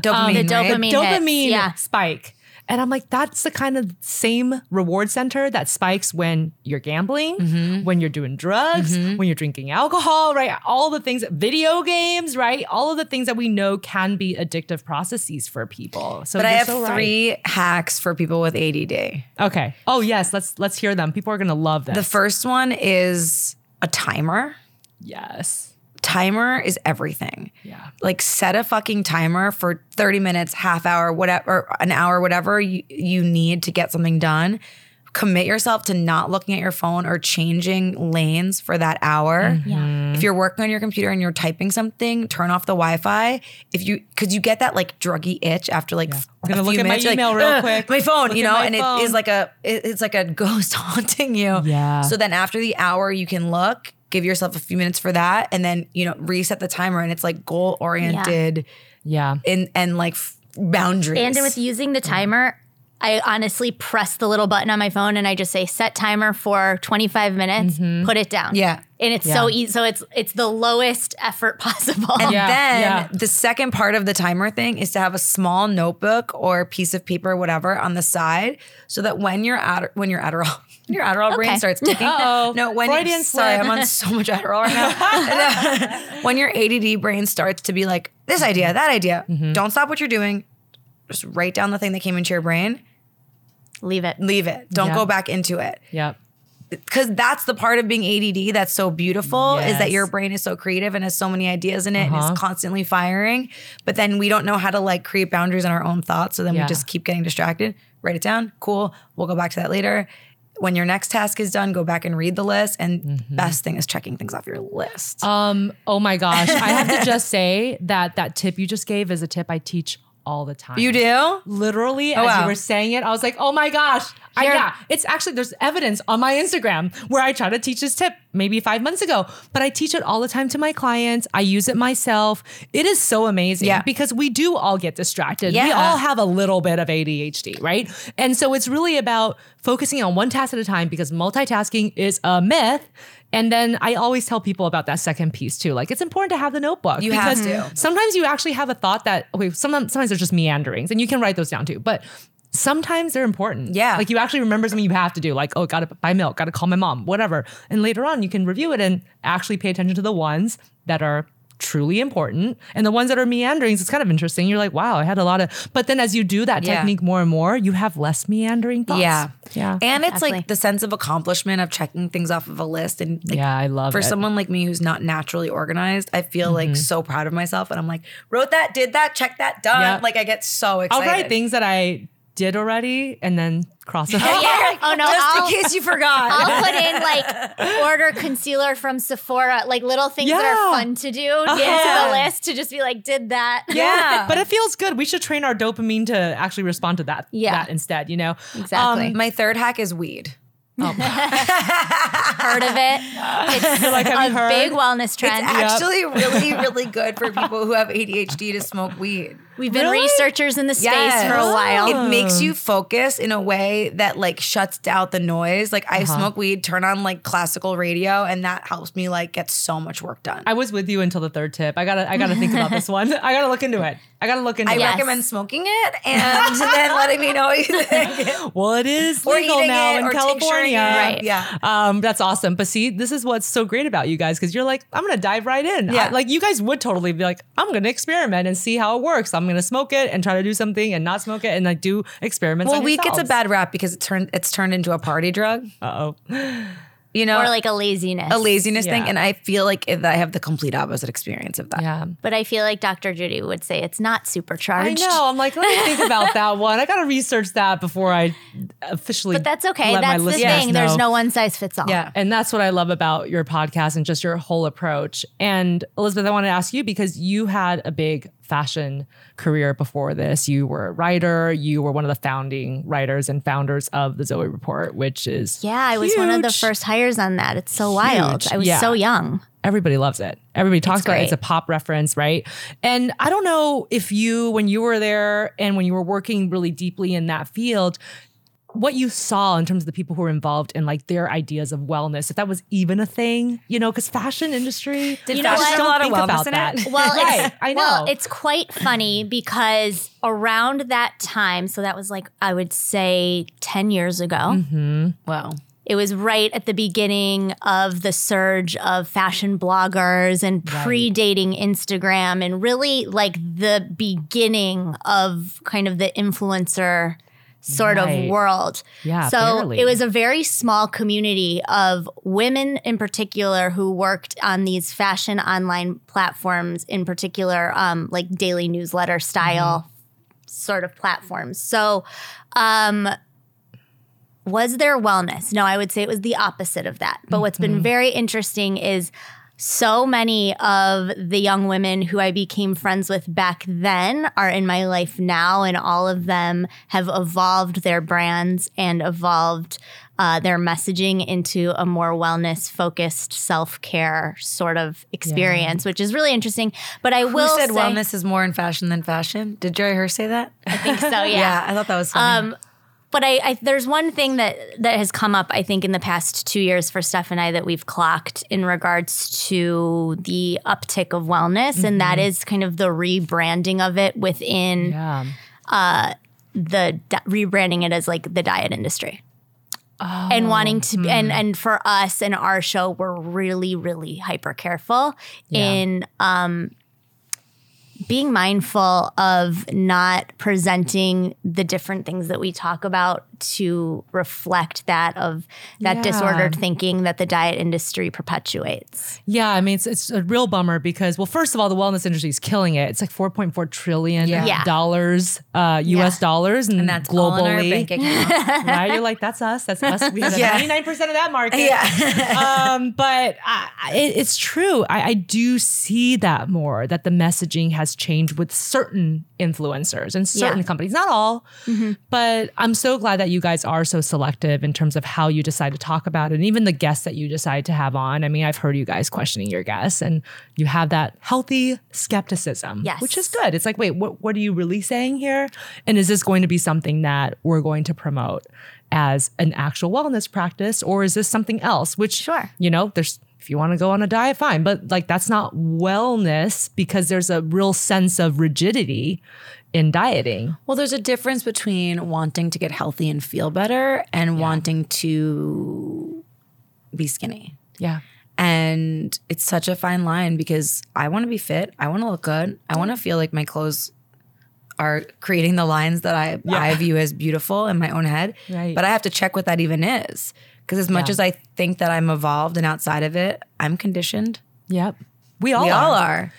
B: Dopamine.
C: the
B: right?
C: dopamine. hits,
A: dopamine
C: yeah.
A: spike. And I'm like, that's the kind of same reward center that spikes when you're gambling,
B: Mm-hmm.
A: when you're doing drugs, when you're drinking alcohol, right? All the things, video games, right? All of the things that we know can be addictive processes for people. So,
B: But I
A: you're
B: have
A: so right.
B: three hacks for people with ADD.
A: Okay. Oh yes, let's let's hear them. People are gonna love them.
B: The first one is a timer.
A: yes.
B: Timer is everything.
A: Yeah.
B: Like set a fucking timer for 30 minutes, half hour, whatever, or an hour, whatever you, you need to get something done. Commit yourself to not looking at your phone or changing lanes for that hour.
A: Mm-hmm.
C: Yeah.
B: If you're working on your computer and you're typing something, turn off the Wi-Fi. If you, because you get that like druggy itch after like f-
A: I'm gonna
B: a
A: look
B: few
A: at my
B: minutes, you're
A: email
B: like,
A: real
B: "Ugh,
A: quick.
B: My phone,
A: Look
B: you
A: at
B: know,
A: my
B: and it
A: phone."
B: is like a, it- it's like a *laughs* ghost haunting you.
A: Yeah.
B: So then after the hour, you can look, give yourself a few minutes for that, and then you know reset the timer, and it's like goal oriented
A: Yeah.
B: and and like f- boundaries.
C: And with using
B: Mm-hmm.
C: the timer, I honestly press the little button on my phone and I just say set timer for 25 minutes, put it down.
B: Mm-hmm. Yeah.
C: And it's so easy. So it's it's the lowest effort *laughs* possible.
B: And
A: Yeah,
B: then
A: yeah.
B: the second part of the timer thing is to have a small notebook or piece of paper, whatever, on the side, so that when you're Adder- when your Adderall, *laughs* your Adderall brain
C: Okay.
B: starts
A: *laughs*
B: kicking.
A: Uh-oh.
B: *laughs* No, when
A: Freudian
B: sorry,
A: slip.
B: I'm on so much Adderall
A: *laughs*
B: right now. No. when your ADD brain starts to be like this idea, that idea,
A: Mm-hmm.
B: don't stop what you're doing. Just write down the thing that came into your brain.
C: Leave it.
B: Leave it. Don't
A: Yeah.
B: go back into it.
A: *laughs* Yep.
B: because that's the part of being ADD that's so beautiful is that
A: Yes.
B: your brain is so creative and has so many ideas in it and
A: Uh-huh.
B: is constantly firing. But then we don't know how to like create boundaries in our own thoughts. So then
A: Yeah.
B: we just keep getting distracted. Write it down. Cool. We'll go back to that later. When your next task is done, go back and read the list. And best thing is checking things off your list.
A: Mm-hmm. Um, oh my gosh. I
B: *laughs*
A: have to just say that that tip you just gave is a tip I teach all the time.
B: you do?
A: Literally, as you
B: Oh, wow.
A: were saying it, I was like, oh my gosh. I, yeah. It's actually, there's evidence on my Instagram where I try to teach this tip maybe five months ago, but I teach it all the time to my clients. I use it myself. It is so amazing
B: Yeah.
A: because we do all get distracted. We
B: Yeah.
A: all have a little bit of ADHD, right? And so it's really about focusing on one task at a time because multitasking is a myth. And then I always tell people about that second piece too. Like it's important to have the notebook
B: You have to.
A: sometimes you actually have a thought that okay sometimes sometimes they're just meanderings and you can write those down too but sometimes they're important
B: Yeah.
A: like you actually remember something you have to do like oh gotta buy milk gotta call my mom whatever and later on you can review it and actually pay attention to the ones that are truly important and the ones that are meanderings it's kind of interesting you're like wow i had a lot of but then as you do that
B: Yeah.
A: technique more and more you have less meandering thoughts
B: Yeah.
A: yeah
B: And it's like
C: Exactly.
B: the sense of accomplishment of checking things off of a list and like
A: yeah i love
B: for
A: it
B: someone like me who's not naturally organized, I feel like
A: Mm-hmm.
B: so proud of myself. And I'm like, wrote that, did that, check that, done.
A: Yep.
B: Like I get so
A: i'll
B: excited.
A: write things that i did already and then cross
B: *laughs*
A: it out
C: Yeah. Oh no,
B: Just
C: I'll,
B: in case you
A: *laughs*
B: forgot.
C: I'll put in like order concealer from Sephora, like little things that
A: Yeah.
C: are fun to do into the list to just be like, did that.
B: *laughs* Oh, *laughs* yeah.
A: but it feels good. We should train our dopamine to actually respond to that.
C: Yeah.
A: that instead. You know, Um,
C: Exactly.
B: my third hack is weed.
C: *laughs* Heard of it. It's
B: *laughs*
A: have
C: a
A: you heard?
C: big wellness
B: It's
C: trend.
B: actually
A: *laughs*
B: really, really good for people who have ADHD to smoke weed.
C: We've been
A: Really?
C: researchers in the space
B: Yes.
C: for a while.
A: Oh.
B: It makes you focus in a way that like shuts out the noise. Like I
A: Uh-huh.
B: smoke weed, turn on like classical radio, and that helps me like get so much work done.
A: I was with you until the third tip. I gotta, I gotta think about
B: *laughs*
A: this one. I gotta look into it. I gotta look into
B: I
A: it.
C: Yes.
B: recommend smoking it and *laughs* then letting me know what you think.
A: Well, it is
B: Or
A: legal
B: eating
A: now
B: it,
A: in
B: or
A: California.
B: tincturing it.
C: Right.
B: Yeah.
A: Um, that's awesome. But see, this is what's so great about you guys because you're like, I'm gonna dive right in.
B: Yeah.
A: I- like you guys would totally be like, I'm gonna experiment and see how it works. I'm gonna smoke it and try to do something and not smoke it and like do experiments.
B: Well, weed gets a bad rap because it turned it's turned into a party drug.
A: Uh oh.
B: You know,
C: or like a laziness.
B: a laziness thing.
A: Yeah.
B: And I feel like if I have the complete opposite experience of that.
A: Yeah.
C: but I feel like Dr. Judy would say it's not
A: I
C: supercharged.
A: know. I'm like, let me think
C: *laughs*
A: about that one. I gotta research that before I officially.
C: But that's okay.
A: let my
C: That's the
A: listeners
C: thing. There's
A: know.
C: no one size fits all.
B: Yeah.
A: And that's what I love about your podcast and just your whole approach. And Elizabeth, I want to ask you because you had a big fashion career before this. You were a writer. You were one of the founding writers and founders of the Zoe Report, which is
C: Yeah, I was one of the
A: huge.
C: first hires on that. It's so wild.
A: Huge.
C: I was
A: Yeah.
C: so young.
A: Everybody loves it. Everybody talks about it. It's
C: great.
A: a pop reference, right? And I don't know if you, when you were there and when you were working really deeply in that field, what you saw in terms of the people who were involved and like their ideas of wellness, if that was even a thing, you know, because fashion industry,
B: Did
A: you know,
C: fashion
A: just
C: have a
A: don't
B: lot of
A: think
B: wellness
A: about
B: in
A: that.
B: it?
C: Well,
A: *laughs*
C: it's,
A: Right, I
C: well,
A: know.
C: it's quite funny because around that time, so that was like I would say 10 years ago.
B: Wow.
C: It was right at the beginning of the surge of fashion bloggers and predating Instagram and really like the beginning of kind of the influencer sort
A: Right.
C: of world.
A: Yeah,
C: So
A: barely.
C: it was a very small community of women in particular who worked on these fashion online platforms, in particular, um, like daily newsletter style
A: Mm-hmm.
C: sort of platforms. So, um, was there wellness? No, I would say it was the opposite of that. But what's
B: Mm-hmm.
C: been very interesting is so many of the young women who I became friends with back then are in my life now, and all of them have evolved their brands and evolved uh, their messaging into a more wellness focused self care sort of experience, which is really interesting. But I
B: Who
C: will
B: said
C: say,
B: wellness is more in fashion than fashion? Did Jerry Hirsch say that?
C: I think *laughs* so,
B: *laughs* yeah, I thought that was funny.
C: um, but I, I there's one thing that that has come up I think in the past two years for Steph and I that we've clocked in regards to the uptick of wellness, and that is kind of the rebranding of it within
A: yeah.
C: the di- rebranding it as like the diet industry. and wanting to be and and for us and our show we're really really hyper careful in um being mindful of not presenting the different things that we talk about to reflect that of that
A: Yeah.
C: disordered thinking that the diet industry perpetuates.
A: Yeah, I mean it's it's a real bummer because well, first of all, the wellness industry is killing it. It's like four point four trillion
B: Yeah.
C: Yeah.
A: dollars, uh, U.S. dollars, and,
B: and that's
A: globally.
B: all in our bank account. *laughs*
A: right? You're like, that's us. That's us. We have
B: Yeah.
A: ninety nine percent of that market.
B: yeah.
A: um, but I, I- it, it's true. I, I do see that more that the messaging has changed with certain influencers and certain
C: Yeah.
A: companies, not all. But I'm so glad that you guys are so selective in terms of how you decide to talk about it, and even the guests that you decide to have on. I mean, I've heard you guys questioning your guests, and you have that healthy skepticism,
C: Yes.
A: which is good. It's like, wait, what what are you really saying here? And is this going to be something that we're going to promote as an actual wellness practice, or is this something else? Which
C: Sure.
A: you know, there's if you want to go on a diet, fine, but like that's not wellness because there's a real sense of rigidity in dieting.
B: Well, there's a difference between wanting to get healthy and feel better and wanting to be skinny.
A: Yeah.
B: And it's such a fine line because I want to be fit. I want to look good. I want to feel like my clothes are creating the lines that I, I view as beautiful in my own head.
A: Right.
B: But I have to check what that even is. Because as much as I think that I'm evolved and outside of it, I'm conditioned.
A: Yep. We all,
B: we
A: are.
B: all are.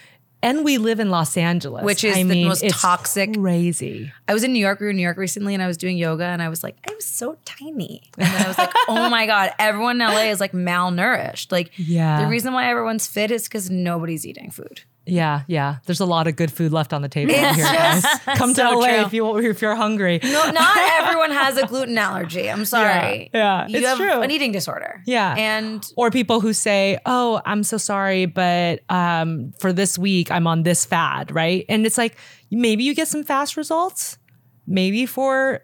A: And we live in Los Angeles,
B: Which is
A: I
B: the
A: mean,
B: most
A: it's
B: toxic-
A: Crazy.
B: I was in New York. We were in New York recently, and I was doing yoga, and I was like, I'm so tiny. And then I
A: *laughs*
B: was like, Oh my god, everyone in LA is like malnourished. Like,
A: Yeah.
B: the reason why everyone's fit is because nobody's eating food.
A: Yeah, yeah. There's a lot of good food left on the table here, guys. Come to
B: so
A: LA
B: true.
A: if you if you're hungry. *laughs*
B: No, not everyone has a gluten allergy. I'm sorry.
A: Yeah, yeah,
B: you
A: it's
B: have
A: true.
B: an eating disorder.
A: Yeah.
B: and
A: or people who say, "Oh, I'm so sorry, but um, for this week I'm on this fad," right? And it's like maybe you get some fast results, maybe for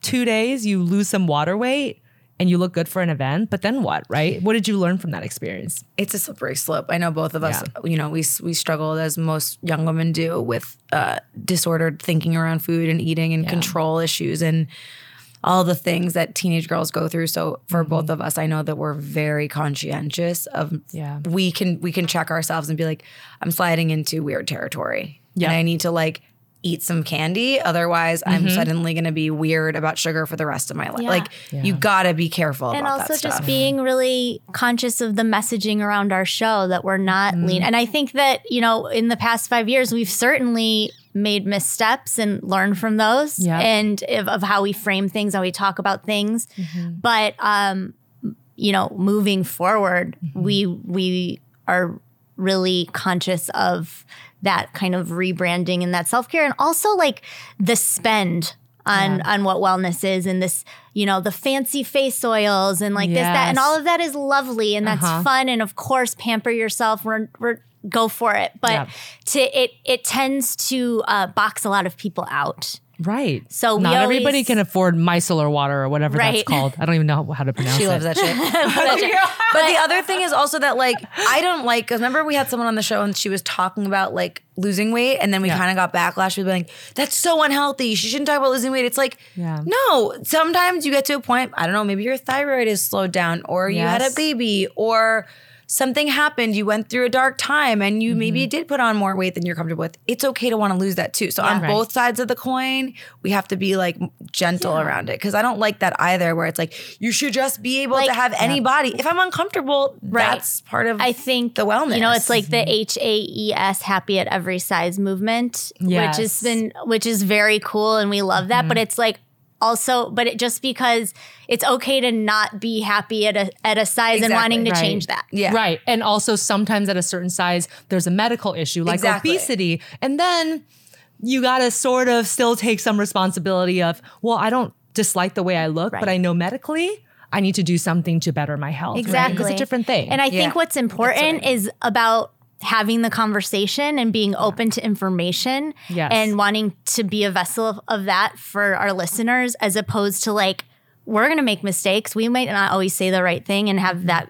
A: two days you lose some water weight and you look good for an event, but then what, right? What did you learn from that experience?
B: it's a slippery slope. I know both of us, you know, we we struggled as most young women do with uh, disordered thinking around food and eating and control issues and all the things that teenage girls go through. So for
A: Mm-hmm.
B: both of us, I know that we're very conscientious of
A: Yeah.
B: we can we can check ourselves and be like, I'm sliding into weird territory.
A: Yeah.
B: And I need to like eat some candy. Otherwise
A: Mm-hmm.
B: I'm suddenly gonna be weird about sugar for the rest of my life.
C: Yeah.
B: Like you gotta be careful
C: and
B: about
C: also
B: that stuff.
C: just being really conscious of the messaging around our show that we're not lean and i think that you know in the past five years we've certainly made missteps and learned from those
A: Yeah.
C: and of, of how we frame things how we talk about things
A: Mm-hmm.
C: but um you know moving forward we we are really conscious of that kind of rebranding and that self-care and also like the spend on on what wellness is and this you know the fancy face oils and like this that and
A: Yes.
C: all of that is lovely and that's
A: Uh-huh.
C: fun and of course pamper yourself we're, we're go for it but
A: Yeah.
C: to it it tends to uh, box a lot of people out
A: Right.
C: So we
A: not everybody
C: always-
A: can afford micellar water or whatever
C: Right.
A: that's called. I don't even know how to pronounce
B: She
A: it. Oh,
B: loves that
A: *laughs*
B: shit. but the other thing is also that like I don't like because remember we had someone on the show and she was talking about like losing weight and then we
A: Yeah.
B: kind of got backlash. People were like, "That's so unhealthy. She shouldn't talk about losing weight." It's like,
A: Yeah.
B: no. Sometimes you get to a point. I don't know. Maybe your thyroid is slowed down, or you had a
A: Yes.
B: baby, or something happened. You went through a dark time, and you maybe did put on more weight than you're comfortable with. It's okay to want to lose that too. So on
A: Right.
B: both sides of the coin, we have to be like gentle around it because I don't like that either. Where it's like you should just be able
C: Like-
B: to have any body. If I'm uncomfortable, that's part of.
C: i think
B: the wellness.
C: you know it's like
A: Mm-hmm.
C: the h-a-e-s happy at every size movement which has
A: Yes. Mm-hmm.
C: been which is very cool and we love that but it's like also but it just because it's okay to not be happy at a at a size and wanting to
B: Exactly.
C: change that
B: yeah,
A: Right. And also sometimes at a certain size, there's a medical issue like
B: Exactly.
A: obesity. And then you got to sort of still take some responsibility of, well, I don't dislike the way I look, but
C: Right.
A: I know medically I need to do something to better my health. right?
C: Exactly.
A: It's a different thing.
C: And I think
B: Yeah.
C: what's important is about having the conversation and being open to information
A: Yes.
C: and wanting to be a vessel of, of that for our listeners as opposed to like we're going to make mistakes we might not always say the right thing and have that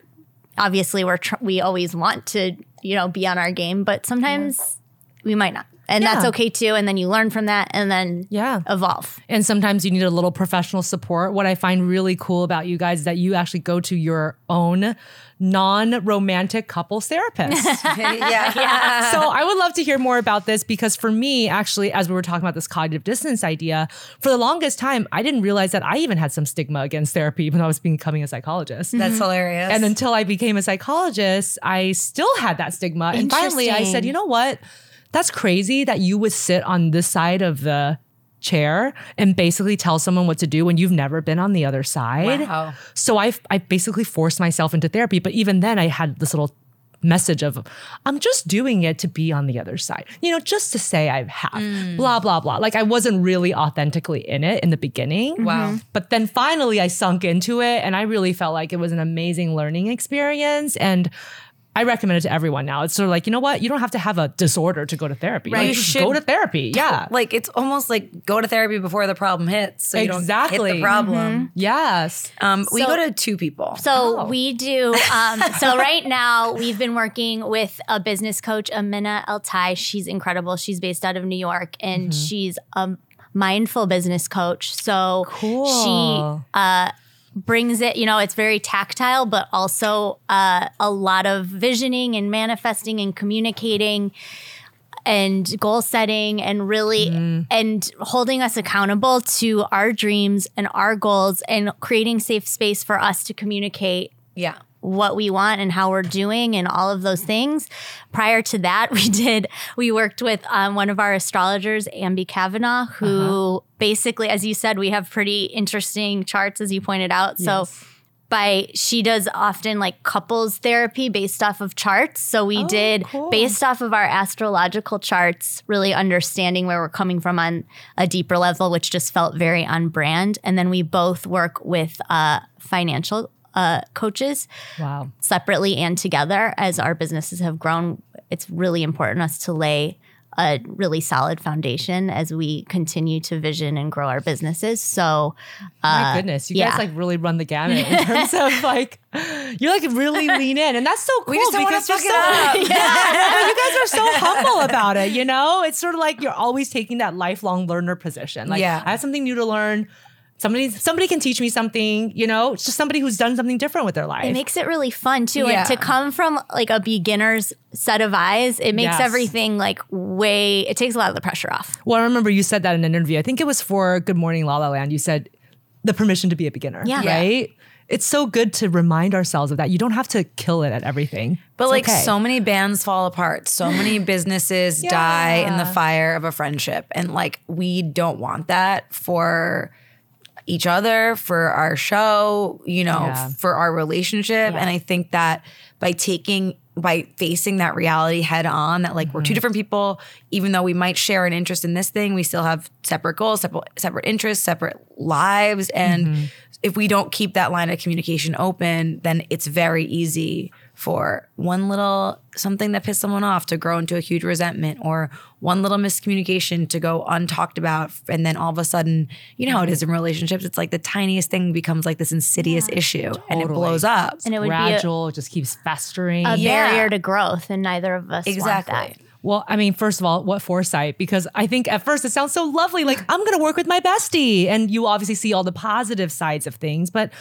C: obviously we're tr- we always want to you know be on our game but sometimes we might not and that's
A: Yeah.
C: okay too and then you learn from that and then
A: Yeah.
C: evolve
A: And sometimes you need a little professional support. What I find really cool about you guys is that you actually go to your own non romantic couples
C: *laughs*
A: therapist.
B: *laughs* yeah,
A: so I would love to hear more about this because for me, actually, as we were talking about this cognitive dissonance idea, for the longest time, I didn't realize that I even had some stigma against therapy, even though I was becoming a psychologist.
B: That's hilarious.
A: And until I became a psychologist, I still had that stigma. And finally, I said,
C: Interesting.
A: you know what? That's crazy that you would sit on this side of the chair and basically tell someone what to do when you've never been on the other side.
B: Wow.
A: So I I basically forced myself into therapy, but even then I had this little message of I'm just doing it to be on the other side. You know, just to say I have
B: Mm.
A: blah blah blah. Like I wasn't really authentically in it in the beginning.
B: Wow. Mhm.
A: But then finally I sunk into it and I really felt like it was an amazing learning experience and I recommend it to everyone now. It's sort of like, you know what? You don't have to have a disorder to go to therapy.
B: Right.
A: Like,
B: You
A: just
B: should-
A: go to therapy. Yeah.
B: like it's almost like go to therapy before the problem hits. So you don't hit
A: Exactly. Mm-hmm.
B: the problem.
A: Yes.
B: Um, we
C: So-
B: go to two people.
C: So
A: Oh.
C: we do. Um,
A: *laughs*
C: so right now we've been working with a business coach, Amina Eltai. She's incredible. She's based out of New York, and
A: Mm-hmm.
C: she's a mindful business coach. So
A: Cool.
C: she uh, brings it. You know, it's very tactile, but also uh, a lot of visioning and manifesting and communicating and goal setting and really and holding us accountable to our dreams and our goals and creating safe space for us to communicate
B: yeah.
C: what we want and how we're doing and all of those things. Prior to that, *laughs* we did we worked with um, one of our astrologers, Ambi Kavanaugh, who basically, as you said, we have pretty interesting charts, as you pointed out. So. By she does often like couples therapy based off of charts. So we did
A: cool.
C: based off of our astrological charts, really understanding where we're coming from on a deeper level, which just felt very on brand. And then we both work with uh, financial uh, coaches
A: Wow.
C: separately and together as our businesses have grown it's really important us to lay a really solid foundation as we continue to vision and grow our businesses so
A: My
C: uh,
A: goodness, you
C: yeah.
A: guys like really run the gamut
B: *laughs*
A: in terms of like you're like really lean in, and that's so cool
B: We just don't want
A: because
B: to fuck
A: you're so
B: it
A: *laughs*
B: up.
A: you guys are
B: *laughs*
A: so humble about it. You know, it's sort of like you're always taking that lifelong learner position. Like
B: Yeah.
A: I have something new to learn. Somebody, somebody can teach me something. You know, it's just somebody who's done something different with their life.
C: it makes it really fun too
B: Yeah.
C: and to come from like a beginner's set of eyes it makes
A: Yes.
C: everything like way it takes a lot of the pressure off
A: well, I remember you said that in an interview. I think it was for Good Morning La La Land. You said the permission to be a beginner.
C: Yeah. Yeah.
A: right. It's so good to remind ourselves of that. You don't have to kill it at everything.
B: But
A: It's
B: like
A: okay.
B: so many bands fall apart,
A: *laughs*
B: so many businesses die in the fire of a friendship, and like we don't want that for each other, for our show, you know,
A: Yeah.
B: for our relationship. And I think that by taking by facing that reality head on that like we're
A: Mm-hmm.
B: two different people even though we might share an interest in this thing we still have separate goals separate, separate interests separate lives and
A: Mm-hmm.
B: if we don't keep that line of communication open then it's very easy for one little something that pissed someone off to grow into a huge resentment or one little miscommunication to go untalked about and then all of a sudden you know how it is in relationships it's like the tiniest thing becomes like this insidious issue and it
A: Totally.
B: blows up
C: and it would
A: Gradual, it just keeps festering.
C: be a, a
B: Yeah.
C: barrier to growth, and neither of us
B: exactly
C: want that.
A: Well, I mean, first of all, what foresight? Because I think at first it sounds so lovely, like I'm going to work with my bestie, and you obviously see all the positive sides of things, but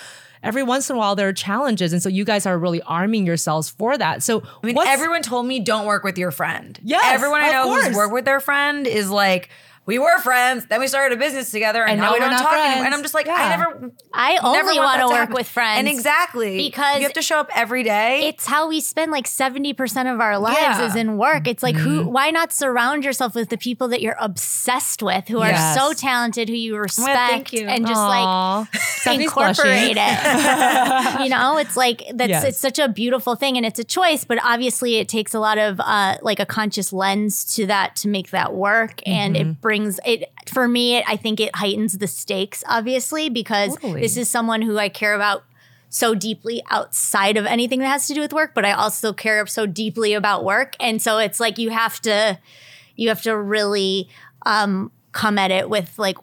A: every once in a while there are challenges, and so you guys are really arming yourselves for that. So
B: I mean,
A: what's-
B: everyone told me don't work with your friend.
A: Yes,
B: everyone I
A: of
B: know
A: course.
B: who's worked with their friend is like, we were friends, then we started a business together, and, now, we
A: we're
B: don't
A: not
B: talk anymore.
A: friends.
B: And I'm just like, I
A: Yeah.
B: never,
C: I
B: never
C: only
B: want
C: want
B: that
C: to work
B: happen.
C: with friends.
B: And exactly
C: Because
B: you have to show up every day.
C: It's how we spend like 70% of our lives
B: Yeah.
C: is in work. It's like who why not surround yourself with the people that you're obsessed with who
A: Yes.
C: are so talented, who you respect
B: thank you.
C: and just like
B: *laughs*
A: Aw. Stephanie's blushing.
C: incorporate
A: *laughs*
C: it. you know, it's like that's
A: Yes.
C: it's such a beautiful thing and it's a choice, but obviously it takes a lot of uh like a conscious lens to that to make that work and
A: Mm-hmm.
C: it brings it for me it, I think it heightens the stakes obviously because
A: Totally.
C: this is someone who I care about so deeply outside of anything that has to do with work, but I also care so deeply about work and so it's like you have to you have to really um come at it with like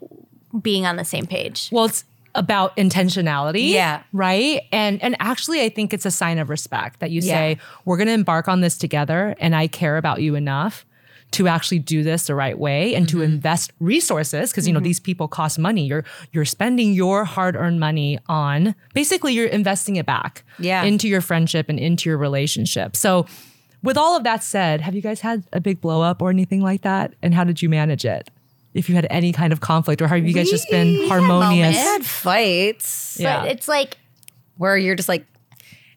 C: being on the same page.
A: Well, it's about intentionality.
B: Yeah.
A: Right. And and actually I think it's a sign of respect that you
B: Yeah.
A: say, we're gonna embark on this together and I care about you enough to actually do this the right way and to
B: Mm-hmm.
A: invest resources because you know these people cost money you're you're spending your hard-earned money on basically you're investing it back
B: Yeah.
A: into your friendship and into your relationship so with all of that said have you guys had a big blow up or anything like that and how did you manage it if you had any kind of conflict or have you guys just been harmonious
B: I had fights
A: Yeah.
C: But it's like
B: where you're just like.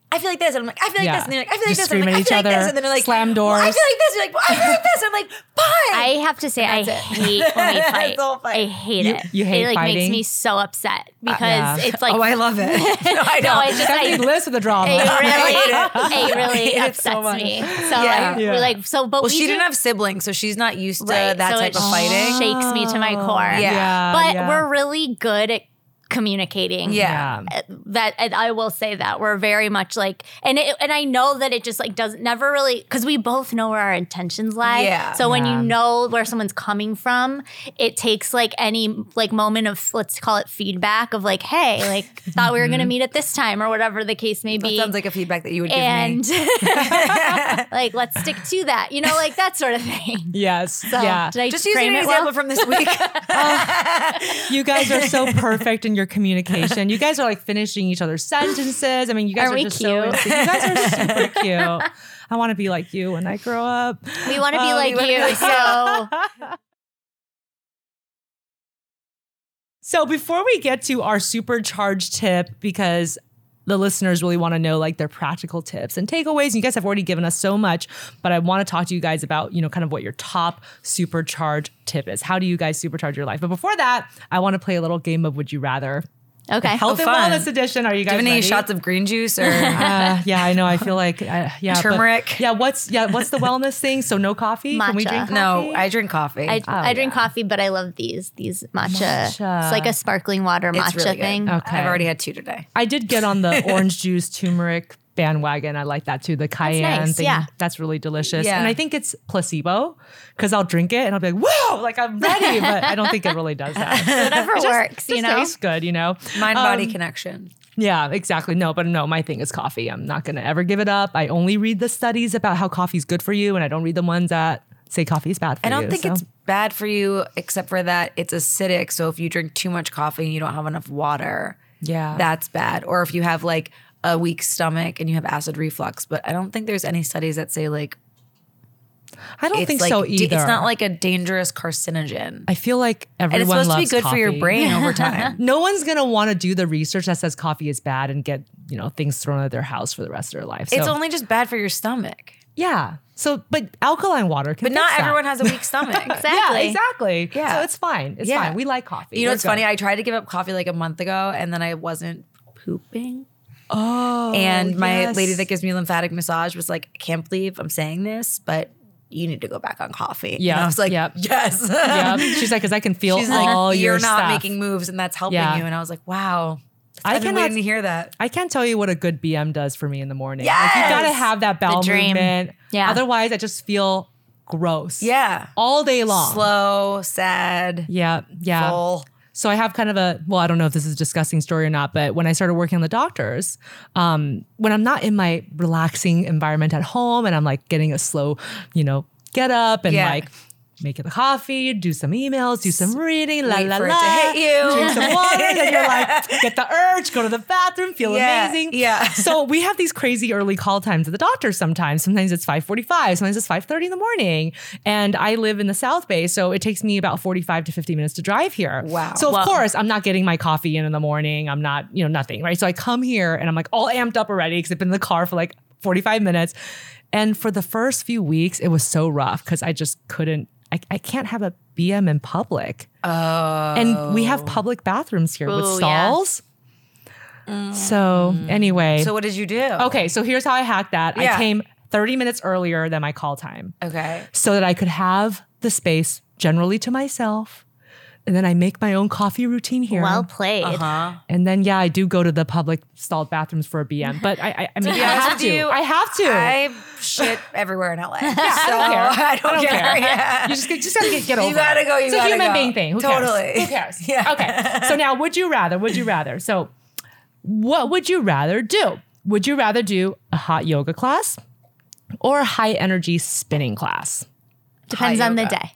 B: I feel like this, and I'm like, I feel like
A: Yeah.
B: this, and they're like, I feel like
A: Just
B: this, and I'm
A: scream
B: like, I
A: at each
B: feel like this,
A: other,
B: and then they're like,
A: slam
B: well, I feel
A: doors.
B: like this, you're like, well, I feel like this, I'm like, fine.
C: I have to say I hate when
B: *laughs*
C: we fight.
B: It's all fight.
C: I hate
A: You-
C: it.
A: you hate
C: it like makes
A: fighting? Uh,
C: me so upset because
A: Yeah.
C: it's like *laughs*
B: oh, I love *laughs* it. No, I
C: no,
B: don't.
A: *laughs*
C: I just
A: Stephanie
C: I,
A: lives with the drama.
C: *laughs* it really,
B: hate
C: *laughs* it. really
B: I hate it so
C: upsets
B: much.
C: me. So
B: Yeah.
C: I,
A: Yeah.
C: we're like so, but
B: well,
C: we
B: she
C: do,
B: didn't have siblings, so she's not used to
C: right,
B: that
C: so
B: type
C: it
B: of fighting. Oh.
C: Shakes me to my core.
B: Yeah.
C: but
A: yeah.
C: we're really good at communicating.
B: Yeah.
A: yeah.
C: that and I will say that we're very much like and it, and I know that it just like doesn't never really because we both know where our intentions lie.
B: Yeah.
C: So when
A: Yeah.
C: you know where someone's coming from, it takes like any like moment of let's call it feedback of like, hey, like
B: *laughs*
C: thought we were
B: Mm-hmm.
C: gonna meet at this time or whatever the case may
B: That
C: be.
B: sounds like a feedback that you would give me.
C: and
B: *laughs*
C: like let's stick to that, you know, like that sort of thing.
A: Yes.
C: So
A: yeah.
C: did I
B: Just
C: frame
B: using an
C: it
B: example
C: well?
B: from this *laughs* week.
A: You guys are
C: *laughs*
A: so perfect in your communication. You guys are like finishing each other's sentences. I mean, you guys
C: Aren't
A: are
C: we
A: just so.
C: cute?
A: insane. You guys are super
C: *laughs*
A: cute. I want to be like you when I grow up.
C: We want to be
B: Oh, we
C: like
B: wanna be
C: you.
B: like you.
C: so
A: So before we get to our supercharged tip, because the listeners really want to know like their practical tips and takeaways. And you guys have already given us so much, but I want to talk to you guys about, you know, kind of what your top supercharged tip is. How do you guys supercharge your life? But before that, I want to play a little game of Would You Rather.
C: *laughs* okay.
A: Health and
B: Oh, fun.
A: Wellness Edition. Are you guys
B: Give any
A: ready?
B: shots of green juice *laughs* or
A: Uh, *laughs* yeah, I know. I feel like uh, yeah, but-
B: Turmeric.
A: yeah, what's yeah, what's the wellness thing? So no coffee. Can we
C: Matcha.
A: drink?
B: no?
A: coffee?
B: I drink coffee.
C: I, I drink coffee, but I love these these matcha.
A: Matcha.
C: It's like a sparkling water
B: It's
C: matcha
B: really good. Oh.
C: thing.
A: Okay.
B: I've already had two today.
A: I did get on
B: *laughs*
A: the orange juice turmeric bandwagon. I like that too. The cayenne
C: nice,
A: thing.
C: yeah.
A: That's really delicious.
B: Yeah.
A: And I think it's placebo because I'll drink it and I'll be like, whoa, like I'm
B: *laughs*
A: ready. But I don't think it really does that.
C: Whatever works, you
A: It
C: know.
A: tastes good, you know?
B: Mind body connection.
A: Yeah, exactly. No, but no, my thing is coffee. I'm not going to ever give it up. I only read the studies about how coffee's good for you and I don't read the ones that say coffee is bad for
B: I
A: you.
B: don't think
A: so-
B: it's bad for you, except for that it's acidic. So if you drink too much coffee and you don't have enough water,
A: Yeah.
B: that's bad. Or if you have like a weak stomach and you have acid reflux, but I don't think there's any studies that say like
A: I don't
B: it's
A: think
B: like
A: so
B: da-
A: either.
B: it's not like a dangerous carcinogen.
A: I feel like everyone
B: and it's supposed to be
A: loves
B: good for your
A: coffee. *laughs*
B: brain over time.
A: No one's gonna want to do the research that says coffee is bad and get you know things thrown at their house for the rest of their life. So,
B: It's only just bad for your stomach.
A: yeah. So, but alkaline water, can
B: But not
A: fix that.
B: everyone has
A: *laughs*
B: a weak stomach.
A: Yeah,
C: Exactly.
A: exactly.
B: Yeah.
A: So it's fine. It's
B: Yeah.
A: fine. We like coffee.
B: You know
A: We're
B: what's funny?
A: good.
B: I tried to give up coffee like a month ago and then I wasn't pooping. Oh. And my
A: *laughs*
B: lady that gives me lymphatic massage was like, I can't believe I'm saying this, but you need to go back on coffee.
A: Yeah,
B: And I was like,
A: yep.
B: yes.
A: yeah.
B: *laughs*
A: She's like, because I can feel
B: She's like,
A: all
B: you're
A: your
B: not
A: stuff.
B: making moves and that's helping
A: Yeah.
B: you. And I was like, wow.
A: I
B: I've been
A: cannot-
B: waiting to hear that.
A: I can't tell you what a good BM does for me in the morning. Like, you gotta
B: Yes!
A: have that bowel
C: The dream.
A: movement.
C: Yeah.
A: Otherwise, I just feel gross.
B: Yeah.
A: All day long.
B: Slow, sad,
A: Yeah. Yeah.
B: full.
A: So I have kind of a well, I don't know if this is a disgusting story or not, but when I started working on the doctors, um, when I'm not in my relaxing environment at home and I'm like getting a slow, you know, get up and
B: Yeah.
A: like make the coffee, do some emails, do some reading, la
B: Wait
A: la
B: for it
A: la,
B: to hit you.
A: *laughs* drink
B: *laughs*
A: some water, then you're like get the urge, go to the bathroom, feel
B: Yeah,
A: amazing.
B: yeah. *laughs*
A: So we have these crazy early call times at the doctor sometimes. Sometimes it's 5:45, sometimes it's 5:30 in the morning. And I live in the South Bay, so it takes me about 45 to 50 minutes to drive here.
B: Wow.
A: So of
B: Wow.
A: course, I'm not getting my coffee in in the morning. I'm not, you know, nothing, right? So I come here and I'm like all amped up already because I've been in the car for like 45 minutes. And for the first few weeks, it was so rough because I just couldn't, I, I can't have a BM in public. Oh. And we have public bathrooms here with
C: Ooh, yeah.
A: stalls. So anyway.
B: So what did you do?
A: Okay, so here's how I hacked that.
B: Yeah.
A: I came 30 minutes earlier than my call time
B: Okay.
A: so that I could have the space generally to myself. And then I make my own coffee routine here.
C: Well played.
B: Uh-huh.
A: and then yeah, I do go to the public stalled bathrooms for a BM, but I, I, I mean, I
B: honest
A: have
B: with
A: to.
B: you,
A: I have to.
B: I shit everywhere in
A: *laughs*
B: LA. so *laughs* I
A: I
B: don't, care. Yeah.
A: you just, just gotta get, get over.
B: *laughs* You gotta
A: it.
B: go. You
A: it's
B: gotta
A: a human
B: go.
A: being thing. Who
B: totally.
A: Cares? Who cares?
B: *laughs* Yeah.
A: Okay. So now, would you rather? Would you rather? So, what would you rather do? Would you rather do a hot yoga class or a high energy spinning class?
C: Depends on the
B: yoga.
C: day.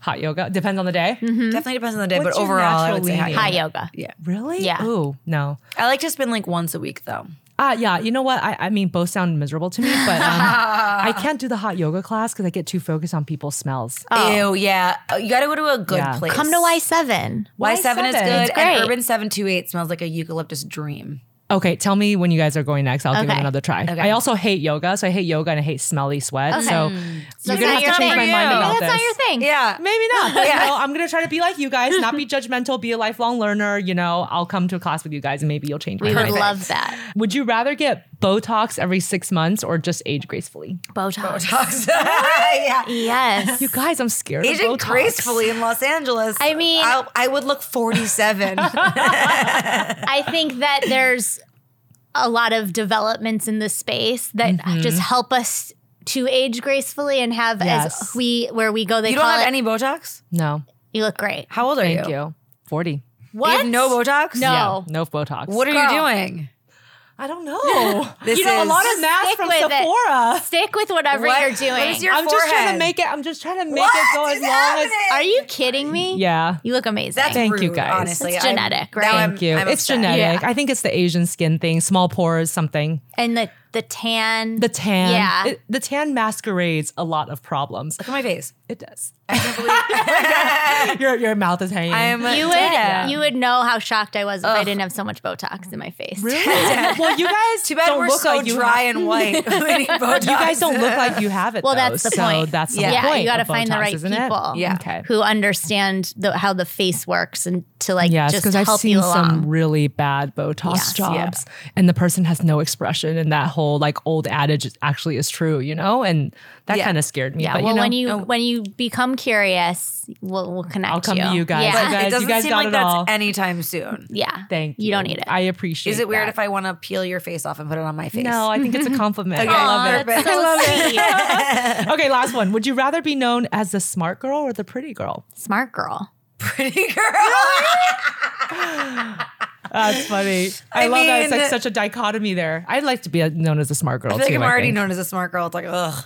A: Hot yoga depends on the day.
B: Definitely depends on the day,
A: What's
B: but
A: your
B: overall, I
A: natural
B: would say high.
A: leaning?
C: High yoga.
B: Yeah.
A: Really?
C: Yeah.
A: Ooh, no.
B: I like to spin like once a week though.
A: Uh, yeah, you know what? I, I mean, both sound miserable to me, but um,
B: *laughs*
A: I can't do the hot yoga class because I get too focused on people's smells.
B: Ew, yeah. Oh, You gotta go to a good
A: Yeah.
B: place.
C: Come to Y7.
B: Y7, is
A: Y7.
B: good.
A: It's
B: and
C: great.
B: Urban 728 smells like a eucalyptus dream.
A: Okay, tell me when you guys are going next. I'll give it
C: Okay.
A: another try.
B: Okay.
A: I also hate yoga, so I hate yoga and I hate smelly sweat. So
C: So
A: you're
C: that's
A: gonna
C: not
A: have
C: your
A: to change
C: thing.
A: my mind
B: Maybe
A: about
C: That's
A: this.
C: not your
A: *laughs*
C: thing.
B: Yeah.
A: Maybe not. But,
B: Yeah.
A: You know, I'm gonna try to be like you guys, not
C: *laughs*
A: be judgmental, be a lifelong learner. You know, I'll come to a class with you guys and maybe you'll change my
C: We
A: mind.
C: would
B: Perfect.
C: love that.
A: Would you rather get Botox every six months or just age gracefully?
C: Botox.
B: Talks. *laughs* yeah.
C: Yes.
B: *laughs*
A: You guys, I'm scared. of
B: Aging
A: Botox.
B: gracefully in Los Angeles.
C: I mean-
B: I'll, I would look 47.
C: I think that there's a lot of developments in this space that
B: Mm-hmm.
C: just help us to age gracefully and have
A: Yes.
C: as we where we go they
B: you don't
C: call
B: have
C: it
B: any Botox?
A: No,
C: you look great.
B: How old are
A: thank
B: you?
A: you. Forty.
B: You
C: What?
B: have no Botox?
C: No.
A: Yeah, no Botox.
B: What are
C: Girl.
B: you doing?
A: I
C: *laughs*
A: don't know.
B: This
A: you know, a
B: is-
A: lot of masks
C: Stick
A: from
C: with it.
A: Sephora.
C: Stick with whatever
B: What-
C: you're
B: what
C: doing.
B: is your
A: I'm just trying
B: forehead.
A: to make it. I'm just trying to make
B: What
A: it go as
B: is
A: long
B: happening?
C: Are you kidding me?
A: as. Yeah.
C: You look amazing.
B: That's
A: Thank you,
B: rude,
A: guys.
B: Honestly,
C: It's
B: I'm-
C: genetic,
B: now
C: right?
B: I'm-
A: Thank you.
B: I'm
A: it's
B: upset.
A: genetic.
C: Yeah.
A: I think it's the Asian skin thing, small pores, something.
C: and the the tan.
A: The tan.
C: Yeah.
A: It- the tan masquerades a lot of problems.
B: Look at my face.
A: It
B: *laughs*
A: does. *laughs* your your mouth is hanging.
B: I am
C: you would
B: dead.
C: you would know how shocked I was if I didn't have so much Botox in my face.
A: really? well, you guys
B: Too bad
A: don't
B: we're
A: look
B: so
A: like you
B: dry
A: have-
B: and white. *laughs* We need Botox.
A: you guys don't look like you have
B: *laughs*
A: it.
C: Well,
A: though,
C: that's the
A: Oh, so
C: point.
A: That's the
B: Yeah.
A: whole
B: Yeah,
C: Yeah,
A: point.
C: you got to
A: of
C: find the
A: Botox,
C: right
A: isn't it?
C: people
B: Yeah.
A: Okay.
C: who understand the, how the face works and to like
A: Yes,
C: just
A: because I've
C: help
A: seen
C: you along.
A: some really bad Botox
C: Yes.
A: jobs, and the person has no expression, and that whole like old adage is- actually is true, you know, and that
B: Yeah.
A: kind of scared me.
C: yeah,
A: but,
C: well,
A: you know, oh.
C: when you when you become curious, we'll, we'll connect.
A: I'll come to you guys.
C: Yeah, *laughs*
A: You guys-
B: it doesn't
A: guys
B: seem
A: got
B: like
A: it
B: that's
A: all.
B: anytime soon.
C: yeah.
A: thank you,
C: You don't need it.
A: I appreciate.
B: Is it weird
A: that.
B: if I want to peel your face off and put it on my face?
A: No, I think it's a compliment. *laughs*
B: Okay.
A: I
C: Aw,
A: love it.
C: that's
A: *laughs*
C: so sweet.
A: Okay, last one. Would you rather be known as the smart girl or the pretty girl?
C: Smart girl.
B: *laughs*
A: *laughs*
B: pretty girl.
A: That's funny. I,
B: *laughs* I
A: love that. It's like
B: mean-
A: such a dichotomy there. I'd like to be uh, known as the smart girl
B: I feel like
A: too.
B: I'm
A: I
B: already
A: think.
B: known as a smart girl. It's like ugh,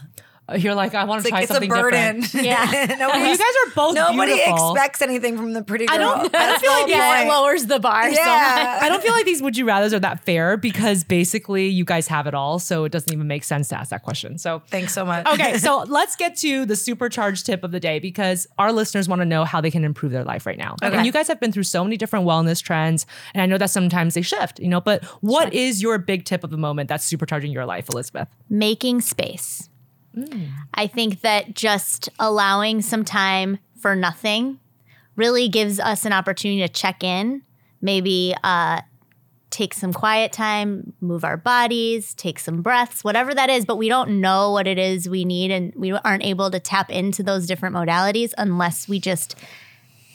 A: You're like I want
B: it's
A: to try
B: like it's a
A: something
B: burden. *laughs*
A: different.
C: Yeah.
B: nobody,
A: You guys are both
B: nobody
A: beautiful.
B: expects anything from the pretty girl.
A: I don't- I
B: That's
C: *laughs*
A: feel
B: the
A: like
B: whole
C: Yeah, it
B: point.
C: lowers the bar. so much.
B: yeah.
A: I don't feel like these would you rather's are that fair because basically you guys have it all, so it doesn't even make sense to ask that question. So
B: Thanks so much.
A: okay, so let's get to the supercharged tip of the day because our listeners want to know how they can improve their life right now. And you guys have been through so many different wellness trends, and I know that sometimes they shift, you know, but what is your big tip of the moment that's supercharging your life, Elizabeth?
C: making space. I think that just allowing some time for nothing really gives us an opportunity to check in, maybe uh, take some quiet time, move our bodies, take some breaths, whatever that is. But we don't know what it is we need, and we aren't able to tap into those different modalities unless we just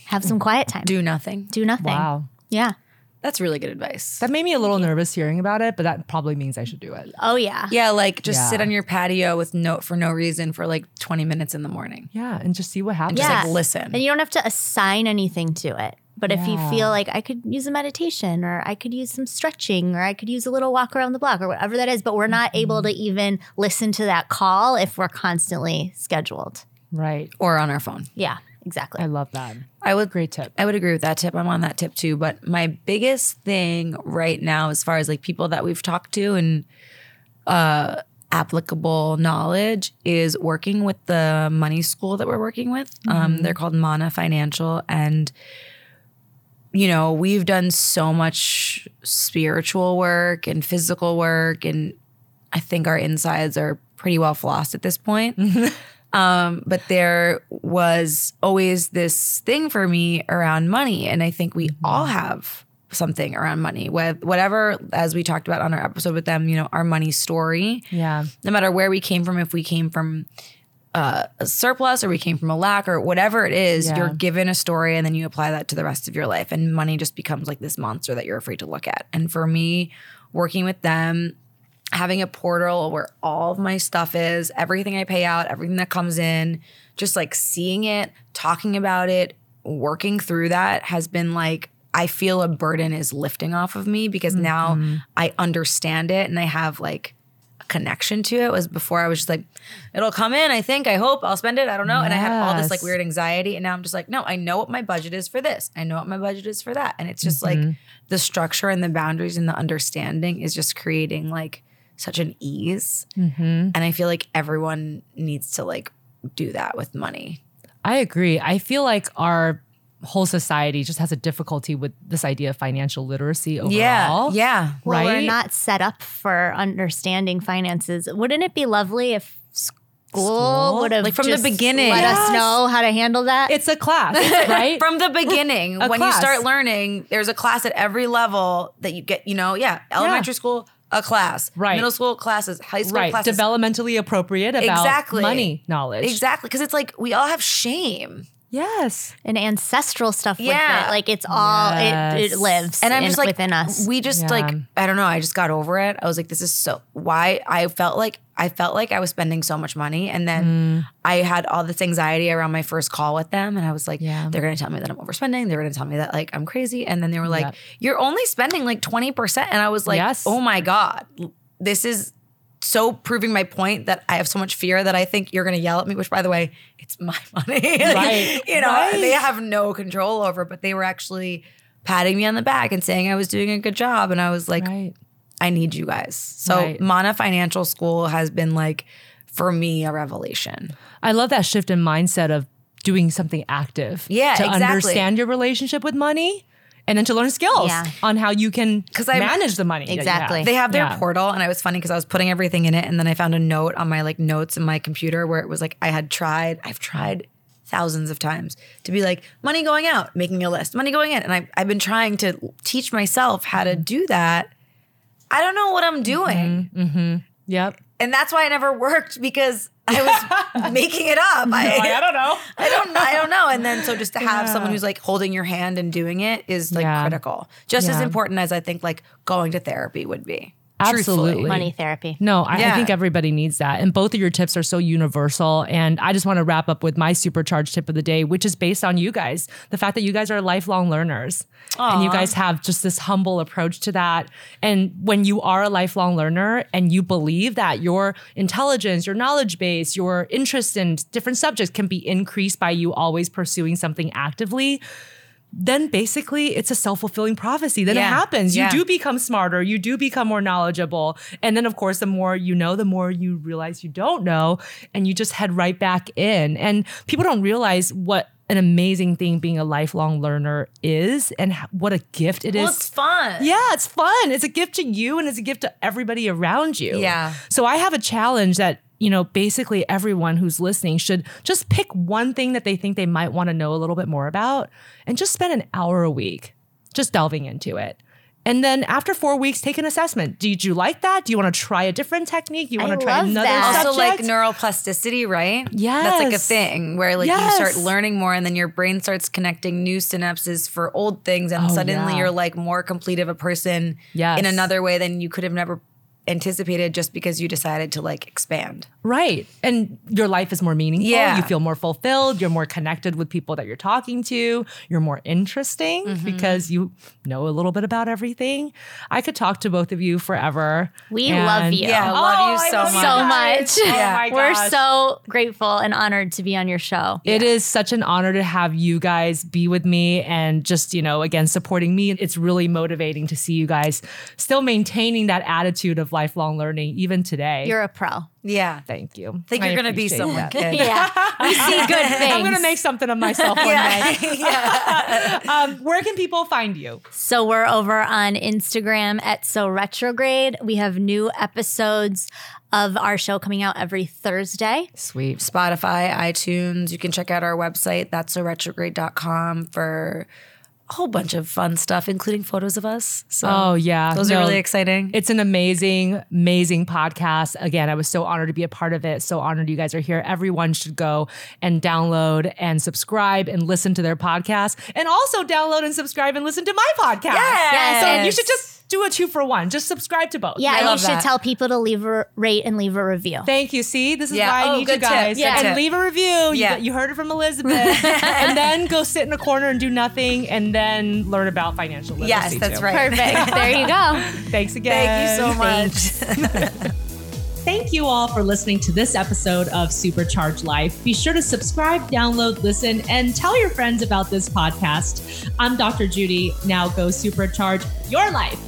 C: have some quiet time.
B: *laughs* Do nothing.
C: Do nothing.
A: Wow.
C: Yeah.
B: That's really good advice.
A: That made me a little nervous hearing about it, but that probably means I should do it.
C: Oh yeah.
B: Yeah, like just
A: Yeah.
B: sit on your patio with no for no reason for like 20 minutes in the morning.
A: Yeah, and just see what happens.
B: Just
C: Yeah.
B: like listen.
C: And you don't have to assign anything to it. But if you
A: Yeah.
C: feel like I could use a meditation or I could use some stretching or I could use a little walk around the block or whatever that is, but we're not able to
B: Mm-hmm.
C: even listen to that call if we're constantly scheduled.
A: Right.
B: or on our phone.
C: Yeah,
A: I
C: exactly.
A: love that.
B: I would
A: Great tip.
B: I would agree with that tip. I'm on that tip too. But my biggest thing right now, as far as like people that we've talked to and uh, applicable knowledge, is working with the money school that we're working with. Um, they're called Mana Financial. And, you know, we've done so much spiritual work and physical work. And I think our insides are pretty well flossed at this point. Um, but there was always this thing for me around money. And I think we all have something around money, Wh- whatever, as we talked about on our episode with them, you know, our money story,
A: Yeah.
B: no matter where we came from, if we came from uh, a surplus or we came from a lack or whatever it is,
A: Yeah.
B: you're given a story and then you apply that to the rest of your life. And money just becomes like this monster that you're afraid to look at. And for me, working with them, having a portal where all of my stuff is, everything I pay out, everything that comes in, just like seeing it, talking about it, working through that has been like, I feel a burden is lifting off of me because now I understand it and I have like a connection to it. Was before I was just like, it'll come in, I think, I hope, I'll spend it, I don't know. And I had all this like
A: Yes.
B: weird anxiety. And now I'm just like, no, I know what my budget is for this, I know what my budget is for that. And it's just like
A: Mm-hmm.
B: the structure and the boundaries and the understanding is just creating like such an ease
A: Mm-hmm.
B: and i feel like everyone needs to like do that with money
A: I agree. I feel like our whole society just has a difficulty with this idea of financial literacy overall.
B: yeah *laughs*
C: Well,
A: Right?
C: we're not set up for understanding finances. Wouldn't it be lovely if school,
A: School?
C: would have
B: Like, from the
C: just
B: beginning.
C: let
B: Yes.
C: us know how to handle that?
A: It's a class, right?
B: *laughs* from the beginning
A: A
B: when
A: class.
B: you start learning there's a class at every level that you get you know yeah elementary school a class
A: Right.
B: middle school classes high school
A: right.
B: classes
A: Developmentally appropriate about
B: Exactly.
A: money knowledge.
B: exactly because it's like we all have shame
A: Yes.
C: and ancestral stuff
B: Yeah.
C: with it. Like it's all it,
A: Yes.
C: it lives
B: and I'm
C: in-
B: just like
C: within us.
B: We just
A: Yeah.
B: like I don't know. I just got over it. I was like, this is so why I felt like I felt like I was spending so much money, and
A: Mm.
B: then I had all this anxiety around my first call with them, and I was like,
A: Yeah.
B: they're gonna tell me that I'm overspending. They're gonna tell me that like I'm crazy, and then they were like,
A: Yep.
B: you're only spending like twenty percent, and I was like,
A: Yes.
B: oh my god, this is. So proving my point that I have so much fear that I think you're going to yell at me, which by the way, it's my *laughs* money. Like,
A: Right.
B: you know,
A: Right.
B: they have no control over, but they were actually patting me on the back and saying I was doing a good job. And I was like,
A: Right.
B: I need you guys. So
A: Right.
B: Mana Financial School has been like, for me, a revelation.
A: I love that shift in mindset of doing something active.
B: Yeah,
A: To
B: exactly.
A: understand your relationship with money and then to learn skills
C: Yeah.
A: on how you can
B: 'Cause I'm-
A: manage the money. that you have.
C: Exactly.
B: They have their
A: Yeah.
B: portal, and I was funny because I was putting everything in it, and then I found a note on my like notes in my computer where it was like I had tried, I've tried thousands of times to be like money going out, making a list, money going in, and I, I've been trying to teach myself how
A: Mm-hmm.
B: to do that. I don't know what I'm doing.
A: Yep.
B: and that's why it never worked because I
A: *laughs*
B: was making it up. I,
A: don't know.
B: *laughs* I don't know. I don't know. And then so just to have someone who's like holding your hand and doing it is like
A: Yeah.
B: critical. Just as
A: Yeah.
B: important as I think like going to therapy would be.
A: Absolutely.
B: Truthfully.
C: money therapy.
A: No, I, I
B: Yeah.
A: think everybody needs that. And both of your tips are so universal. And I just want to wrap up with my supercharged tip of the day, which is based on you guys the fact that you guys are lifelong learners. And you guys have just this humble approach to that. And when you are a lifelong learner and you believe that your intelligence, your knowledge base, your interest in different subjects can be increased by you always pursuing something actively, then basically it's a self-fulfilling prophecy. Then it
B: Yeah.
A: happens. You
B: Yeah.
A: do become smarter, you do become more knowledgeable. And then of course, the more you know, the more you realize you don't know and you just head right back in. And people don't realize what an amazing thing being a lifelong learner is and ho- what a gift it is.
B: Well, it's fun.
A: Yeah, it's fun. It's a gift to you and it's a gift to everybody around you.
B: Yeah.
A: So I have a challenge that, you know, basically everyone who's listening should just pick one thing that they think they might want to know a little bit more about and just spend an hour a week just delving into it. And then after four weeks, take an assessment. Did you like that? Do you want to try a different technique? You
C: I
A: want to try
C: love
A: another
C: that.
B: also
A: subject?
B: like neuroplasticity, right? that's like a
A: Yes.
B: thing where like
A: Yes.
B: you start learning more, and then your brain starts connecting new synapses for old things, and
A: Oh,
B: suddenly
A: yeah.
B: you're like more complete of a person
A: Yes.
B: in another way than you could have never anticipated just because you decided to like expand.
A: Right. And your life is more meaningful.
B: Yeah.
A: You feel more fulfilled. You're more connected with people that you're talking to. You're more interesting
C: Mm-hmm.
A: because you know a little bit about everything. I could talk to both of you forever. Oh,
C: We love you.
B: Yeah, I love you so
C: so
B: much.
C: much.
B: Yeah.
A: my
C: We're
A: gosh.
C: so grateful and honored to be on your show.
A: It is such an honor to have you guys be with me and just, you know, again, supporting me. It's really motivating to see you guys still maintaining that attitude of lifelong learning even today.
C: You're a pro.
B: Yeah, I
A: Thank you.
B: think you're gonna be
A: appreciate
B: someone.
A: that.
B: Kid.
C: Yeah. *laughs* we see good things.
A: I'm going to make something of myself one
B: *laughs* Yeah.
A: day. Um, where can people find you?
C: So we're over on Instagram at So Retrograde. We have new episodes of our show coming out every Thursday.
A: Sweet.
B: *laughs* Spotify, iTunes. You can check out our website, that's so retrograde.com for a whole bunch of fun stuff, including photos of us. So
A: Oh, yeah.
B: those are
A: No,
B: really exciting.
A: It's an amazing, amazing podcast. Again, I was so honored to be a part of it. So honored you guys are here. Everyone should go and download and subscribe and listen to their podcast and also download and subscribe and listen to my podcast.
B: Yes.
A: So you should just do a two for one. Just subscribe to both.
C: Yeah, and you
B: love
C: should
B: that.
C: tell people to leave a rate and leave a review.
A: Thank you. See, this is
B: Yeah.
A: why I
B: Oh,
A: need
B: good
A: you guys.
B: tip. Good
A: And
B: tip.
A: leave a review. You,
B: Yeah.
A: you heard it from Elizabeth.
B: *laughs*
A: and then go sit in a corner and do nothing and then learn about financial literacy.
B: yes, that's
A: too.
B: right.
C: Perfect. there you *laughs* go.
A: Thanks again.
B: *laughs* Thank you so much.
D: Thank you all for listening to this episode of Supercharge Life. Be sure to subscribe, download, listen, and tell your friends about this podcast. I'm Dr. Judy. Now go supercharge your life.